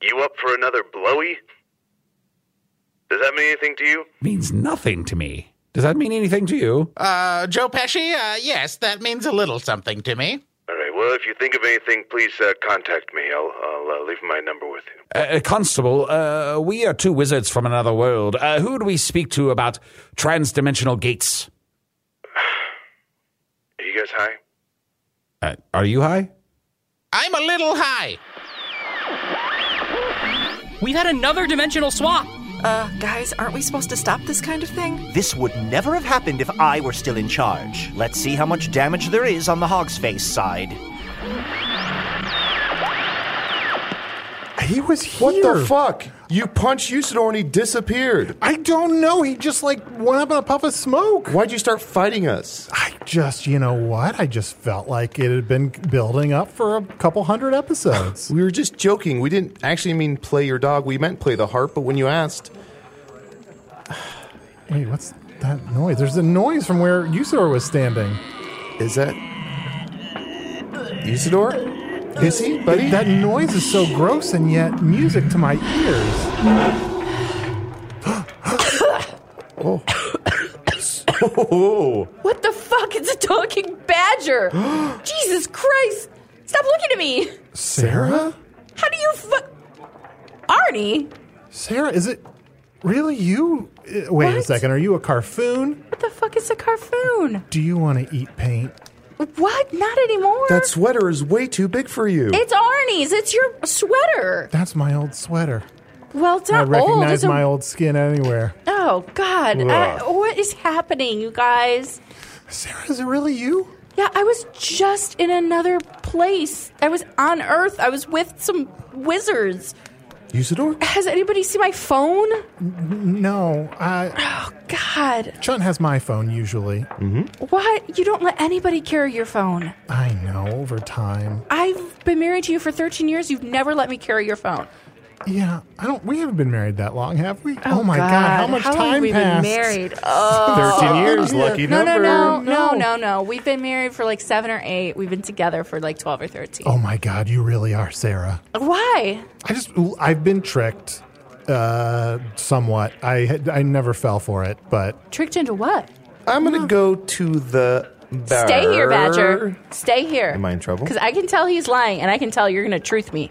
Speaker 12: You up for another blowy? Does that mean anything to you?
Speaker 9: Means nothing to me. Does that mean anything to you?
Speaker 15: Uh, Joe Pesci, uh, yes, that means a little something to me.
Speaker 12: All right, well, if you think of anything, please uh, contact me. I'll, I'll uh, leave my number with you.
Speaker 9: Uh, Constable, uh, we are two wizards from another world. Uh, who do we speak to about transdimensional gates?
Speaker 12: Are you guys high?
Speaker 9: Uh, are you high?
Speaker 15: I'm a little high.
Speaker 4: We've had another dimensional swap.
Speaker 5: Uh, guys, aren't we supposed to stop this kind of thing?
Speaker 6: This would never have happened if I were still in charge. Let's see how much damage there is on the hog's face side.
Speaker 8: He was here. What the fuck? You punched Usador and he disappeared.
Speaker 7: I don't know. He just like went up in a puff of smoke.
Speaker 8: Why'd you start fighting us?
Speaker 7: I just, you know what? I just felt like it had been building up for a couple hundred
Speaker 8: (laughs)
Speaker 7: episodes.
Speaker 8: We were just joking. We didn't actually mean play your dog. We meant play the harp, but when you (laughs) asked,
Speaker 7: Wait, what's that noise? There's a noise from where Usador was standing.
Speaker 8: Is that Usador? Is he, buddy?
Speaker 7: That noise is so gross and yet music to my
Speaker 8: (laughs)
Speaker 7: ears.
Speaker 8: oh. oh.
Speaker 13: What the fuck? It's a talking
Speaker 7: (gasps)
Speaker 13: badger. Jesus Christ. Stop looking at me.
Speaker 7: Sarah?
Speaker 13: How do you fu- Arnie?
Speaker 7: Sarah, is it really you? Uh, Wait a
Speaker 13: What?
Speaker 7: second. Are you a carfoon?
Speaker 13: What the fuck is a carfoon?
Speaker 7: Do you want to eat paint?
Speaker 13: What? Not anymore.
Speaker 8: That sweater is way too big for you.
Speaker 13: it's Arnie's. It's your sweater.
Speaker 7: That's my old sweater.
Speaker 13: Well, it's
Speaker 7: I
Speaker 13: not old.
Speaker 7: recognize
Speaker 13: It's a-
Speaker 7: my old skin anywhere.
Speaker 13: Oh God! I,
Speaker 7: Ugh.
Speaker 13: what is happening, you guys?
Speaker 7: Sarah, is it really you?
Speaker 13: Yeah, I was just in another place. I was on Earth. I was with some wizards.
Speaker 8: Usador?
Speaker 13: Has anybody seen my phone?
Speaker 7: No. I, oh,
Speaker 13: God.
Speaker 7: Chun has my phone usually. Mm-hmm.
Speaker 13: What? You don't let anybody carry your phone.
Speaker 7: I know, over time.
Speaker 13: I've been married to you for 13 years. You've never let me carry your phone.
Speaker 7: Yeah, I don't. We haven't been married that long, have we? Oh, my God. how much
Speaker 13: How long
Speaker 7: time
Speaker 13: have we
Speaker 7: passed?
Speaker 13: been
Speaker 7: (laughs)
Speaker 13: married? Oh.
Speaker 8: 13
Speaker 13: (laughs)
Speaker 8: years, lucky
Speaker 13: no,
Speaker 8: number.
Speaker 13: No, no, no, no, no. We've been married for like seven or eight. We've been together for like 12 or 13.
Speaker 7: Oh my God, you really are, Sarah.
Speaker 13: Why?
Speaker 7: I just, I've been tricked, uh, somewhat. I had- I never fell for it, but
Speaker 13: Tricked into what?
Speaker 8: I'm gonna go to the. Bar.
Speaker 13: Stay here, Badger. Stay here.
Speaker 8: Am I in trouble?
Speaker 13: Because I can tell he's lying, and I can tell you're going to truth me.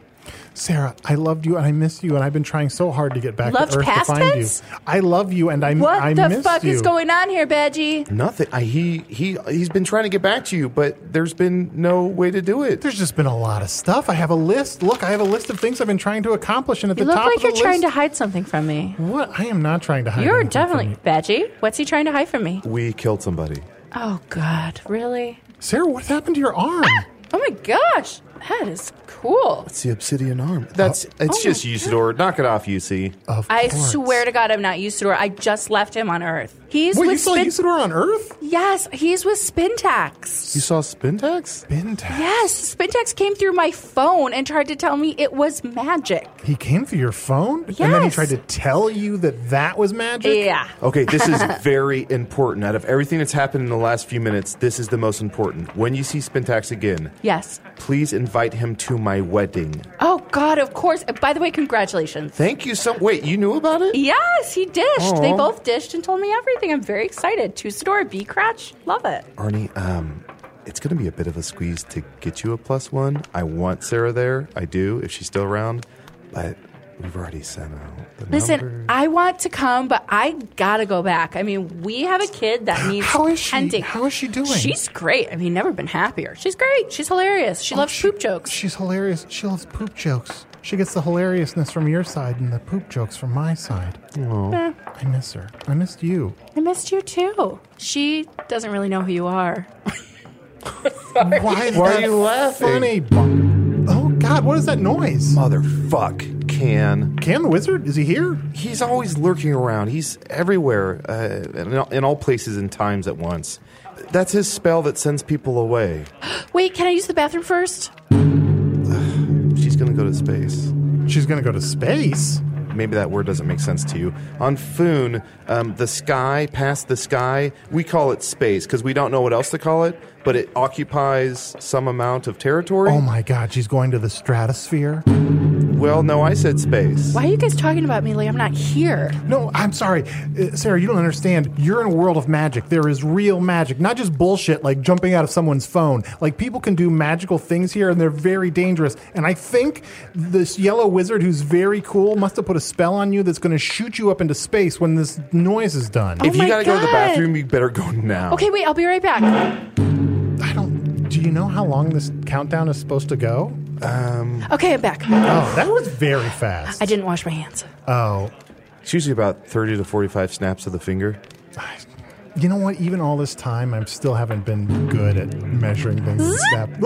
Speaker 7: Sarah, I loved you and I missed you, and I've been trying so hard to get back
Speaker 13: Loved
Speaker 7: to Earth to
Speaker 13: past
Speaker 7: find
Speaker 13: tense?
Speaker 7: you. I love you, and I
Speaker 13: What
Speaker 7: I
Speaker 13: the
Speaker 7: missed
Speaker 13: fuck
Speaker 7: you.
Speaker 13: is going on here, Badgie?
Speaker 8: Nothing. I, he he he's been trying to get back to you, but there's been no way to do it.
Speaker 7: There's just been a lot of stuff. I have a list. Look, I have a list of things I've been trying to accomplish, and at
Speaker 13: You
Speaker 7: the
Speaker 13: look
Speaker 7: top
Speaker 13: like
Speaker 7: of the
Speaker 13: you're trying to
Speaker 7: list-
Speaker 13: hide something from me.
Speaker 7: What? I am not trying to hide.
Speaker 13: You're
Speaker 7: anything from
Speaker 13: definitely
Speaker 7: you.
Speaker 13: Badgie. What's he trying to hide from me?
Speaker 8: We killed somebody.
Speaker 13: Oh God, really?
Speaker 7: Sarah, what happened to your arm?
Speaker 13: (gasps) oh my gosh, that is cool.
Speaker 8: It's the obsidian arm. That's oh it's just Usador. Knock it off, UC.
Speaker 13: I swear to God, I'm not Usador. I just left him on Earth. He's
Speaker 7: Wait,
Speaker 13: with
Speaker 7: you saw
Speaker 13: Spin-
Speaker 7: Usador on Earth?
Speaker 13: Yes, he's with Spintax.
Speaker 8: You saw Spintax?
Speaker 7: Spintax.
Speaker 13: Yes, Spintax came through my phone and tried to tell me it was magic.
Speaker 7: He came through your phone, and then he
Speaker 13: Yes.
Speaker 7: tried to tell you that that was magic.
Speaker 13: Yeah.
Speaker 8: (laughs) Okay,
Speaker 13: (laughs)
Speaker 8: this (laughs) is very important. Out of everything that's happened in the last few minutes, this is the most important. When you see Spintax again,
Speaker 13: Yes.
Speaker 8: please invite him to my wedding.
Speaker 13: Oh God, of course. And By the way, congratulations.
Speaker 8: Thank you so. Wait, you knew about it?
Speaker 13: Yes, he dished. They
Speaker 8: Aw.
Speaker 13: both dished and told me everything. I'm very excited. Two store, B crotch. Love it.
Speaker 8: Arnie, um, it's going to be a bit of a squeeze to get you a plus one. I want Sarah there. I do, if she's still around. But we've already sent out the
Speaker 13: Listen,
Speaker 8: number.
Speaker 13: I want to come, but I gotta go back. I mean, we have a kid that needs How is she? How
Speaker 7: is she doing?
Speaker 13: She's great. I mean, never been happier. She's great. She's hilarious.
Speaker 7: Oh,
Speaker 13: She loves poop jokes.
Speaker 7: She's hilarious. She loves poop jokes. She gets the hilariousness from your side and the poop jokes from my side.
Speaker 13: Eh.
Speaker 7: I miss her. I missed you.
Speaker 13: I missed you too. She doesn't really know who you are. Sorry.
Speaker 7: Why, is that Funny. bu- Oh God, what is that noise?
Speaker 8: Motherfuck, Can.
Speaker 7: Can the wizard? Is he here?
Speaker 8: He's always lurking around. He's everywhere, uh, in, all, in all places and times at once. That's his spell that sends people away.
Speaker 13: Wait, can I use the bathroom first?
Speaker 8: (sighs) She's going to go to space.
Speaker 7: She's going to go to space?
Speaker 8: Maybe that word doesn't make sense to you. On Foon, um, the sky, past the sky, we call it space because we don't know what else to call it, but it occupies some amount of territory.
Speaker 7: Oh my God, she's going to the stratosphere.
Speaker 8: Well, no, I said space.
Speaker 13: Why are you guys talking about me like I'm not here?
Speaker 7: No, I'm sorry, Uh, Sarah. You don't understand. You're in a world of magic. There is real magic, not just bullshit like jumping out of someone's phone. Like people can do magical things here, and they're very dangerous. And I think this yellow wizard, who's very cool, must have put a spell on you that's going to shoot you up into space when this noise is done.
Speaker 8: if you
Speaker 13: Oh my
Speaker 8: gotta go to the
Speaker 13: God.
Speaker 8: bathroom, you better go now.
Speaker 13: Okay, wait, I'll be right back.
Speaker 7: do you know how long this countdown is supposed to go?
Speaker 8: Um,
Speaker 13: Okay, I'm back.
Speaker 7: oh, that was very fast.
Speaker 13: I didn't wash my hands.
Speaker 7: Oh.
Speaker 8: It's usually about 30 to 45 snaps of the finger.
Speaker 7: You know what? Even all this time, I still haven't been good at measuring things. in step.
Speaker 8: (laughs)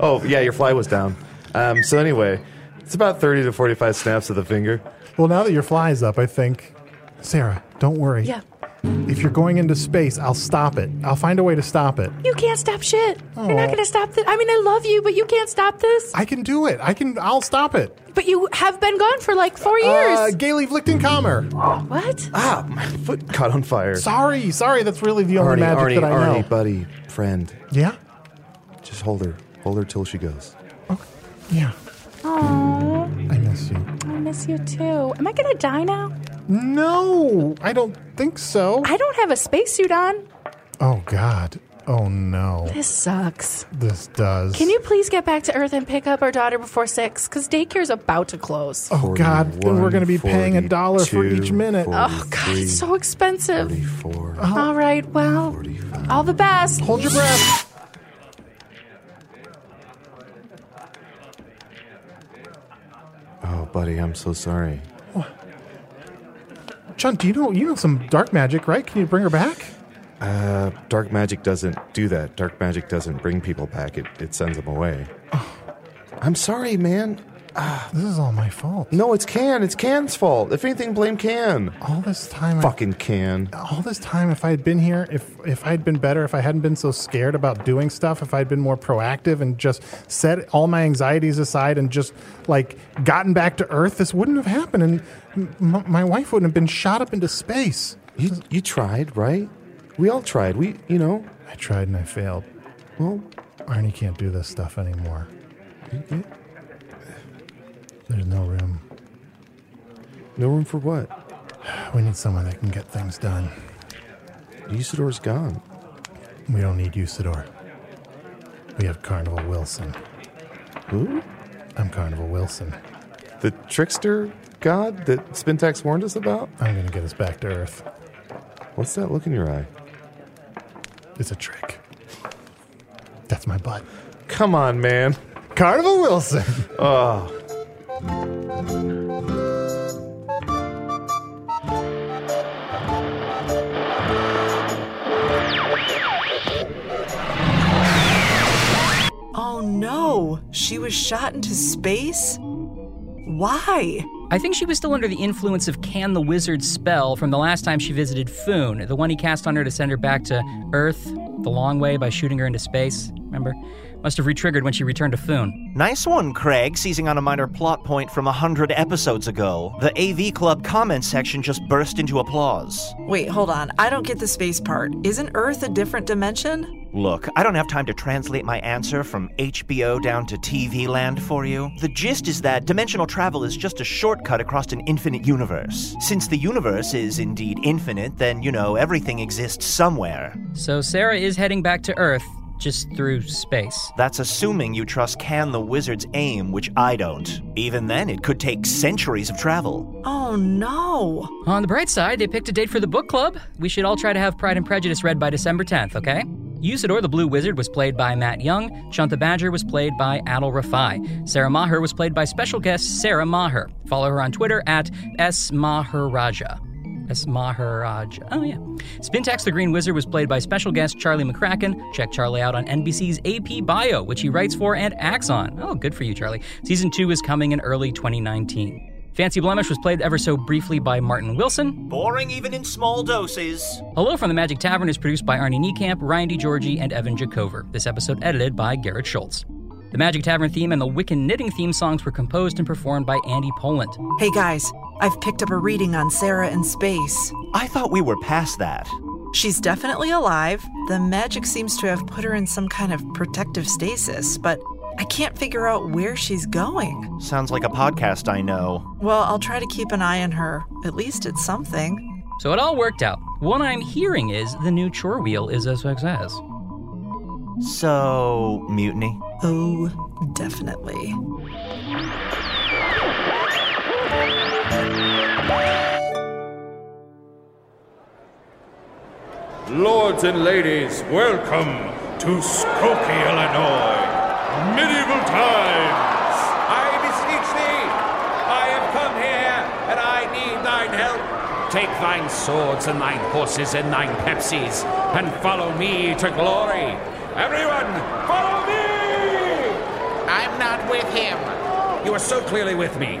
Speaker 8: Oh, yeah, your fly was down. Um, so, anyway, it's about 30 to 45 snaps of the finger.
Speaker 7: Well, now that your fly is up, I think, Sarah, don't worry.
Speaker 13: Yeah.
Speaker 7: If you're going into space, I'll stop it. I'll find a way to stop it.
Speaker 13: You can't stop shit. You're
Speaker 7: Aw.
Speaker 13: not gonna stop this. I mean, I love you, but you can't stop this.
Speaker 7: Oh. I can do it. I can. I'll stop it.
Speaker 13: But you have been gone for like four years.
Speaker 7: Uh, Gaily Vlichtenkammer.
Speaker 13: What?
Speaker 8: Ah, my foot caught on fire.
Speaker 7: Sorry, sorry. That's really the only
Speaker 8: Arnie,
Speaker 7: magic
Speaker 8: Arnie,
Speaker 7: that I
Speaker 8: Arnie,
Speaker 7: know.
Speaker 8: buddy, friend.
Speaker 7: Yeah?
Speaker 8: Just hold her. Hold her till she goes.
Speaker 7: Yeah.
Speaker 13: Aw,
Speaker 7: I miss you.
Speaker 13: I miss you too. Am I gonna die now?
Speaker 7: No, I don't think so.
Speaker 13: I don't have a spacesuit on.
Speaker 7: Oh God. Oh no.
Speaker 13: This sucks.
Speaker 7: This does.
Speaker 13: Can you please get back to Earth and pick up our daughter before six? Because daycare's about to close.
Speaker 7: Oh God! Then we're going to be paying a dollar for
Speaker 8: 42,
Speaker 7: each minute.
Speaker 13: Oh, God, it's so expensive. All right, well, all the best.
Speaker 7: Hold your breath.
Speaker 8: Oh, buddy, I'm so sorry.
Speaker 13: Oh.
Speaker 7: John, do you know you know some dark magic, right? Can you bring her back?
Speaker 8: Uh, dark magic doesn't do that. Dark magic doesn't bring people back. It it sends them away. I'm sorry, man.
Speaker 7: This is all my fault.
Speaker 8: No, it's Can. It's Can's fault. If anything, blame Can.
Speaker 7: All this time,
Speaker 8: fucking Can.
Speaker 7: all this time if I had been here, if if I'd been better, if I hadn't been so scared about doing stuff, if I'd been more proactive and just set all my anxieties aside and just like gotten back to earth, this wouldn't have happened and m- my wife wouldn't have been shot up into space.
Speaker 8: You you tried, right? We all tried. We, you know,
Speaker 7: I tried and I failed.
Speaker 8: Well,
Speaker 7: Arnie can't do this stuff anymore. There's no room.
Speaker 8: No room for what?
Speaker 7: We need someone that can get things done.
Speaker 8: Usador's gone.
Speaker 7: We don't need Usador. We have Carnival Wilson.
Speaker 8: Who?
Speaker 7: I'm Carnival Wilson.
Speaker 8: The trickster god that Spintax warned us about?
Speaker 7: I'm going to get us back to Earth.
Speaker 8: What's that look in your eye?
Speaker 7: It's a trick. That's my butt.
Speaker 8: Come on, man.
Speaker 7: Carnival Wilson.
Speaker 8: Oh.
Speaker 5: Oh no, she was shot into space? Why?
Speaker 4: I think she was still under the influence of Can the Wizard's spell from the last time she visited Foon, the one he cast on her to send her back to Earth the long way by shooting her into space. Remember? Must have retriggered when she returned to Foon.
Speaker 6: Nice one, Craig, seizing on a minor plot point from a hundred episodes ago. The AV Club comment section just burst into applause.
Speaker 5: Wait, hold on. I don't get the space part. Isn't Earth a different dimension?
Speaker 6: Look, I don't have time to translate my answer from HBO down to TV land for you. The gist is that dimensional travel is just a shortcut across an infinite universe. Since the universe is indeed infinite, then, you know, everything exists somewhere.
Speaker 4: So Sarah is heading back to Earth just through space.
Speaker 6: That's assuming you trust Can the Wizard's aim, which I don't. Even then, it could take centuries of travel.
Speaker 5: Oh no.
Speaker 4: On the bright side, they picked a date for the book club. We should all try to have Pride and Prejudice read by December 10th, okay? Usador the Blue Wizard was played by Matt Young. Chanta Badger was played by Adil Rafai. Sarah Maher was played by special guest Sarah Maher. Follow her on Twitter at smaharaja. Smaharaja. Oh, yeah. Spintax the Green Wizard was played by special guest Charlie McCracken. Check Charlie out on NBC's AP Bio, which he writes for and acts on. Oh, good for you, Charlie. Season 2 is coming in early 2019. Fancy Blemish was played ever so briefly by Martin Wilson.
Speaker 6: Boring even in small doses.
Speaker 4: Hello from the Magic Tavern is produced by Arnie Niekamp, Ryan DiGiorgi, and Evan Jacover. This episode edited by Garrett Schultz. The Magic Tavern theme and the Wiccan Knitting theme songs were composed and performed by Andy Poland.
Speaker 5: Hey guys, I've picked up a reading on Sarah in space.
Speaker 6: I thought we were past that.
Speaker 5: She's definitely alive. The magic seems to have put her in some kind of protective stasis, but I can't figure out where she's going.
Speaker 6: Sounds like a podcast I know.
Speaker 5: Well, I'll try to keep an eye on her. At least it's something.
Speaker 4: So it all worked out. What I'm hearing is the new chore wheel is a success.
Speaker 6: So, mutiny?
Speaker 5: Oh, definitely.
Speaker 10: Lords and ladies, welcome to Skokie, Illinois. Medieval times. I beseech thee, I have come here, and I need thine help.
Speaker 19: Take thine swords and thine horses and thine pepsis, and follow me to glory. Everyone, follow me!
Speaker 15: I'm not with him.
Speaker 19: You are so clearly with me.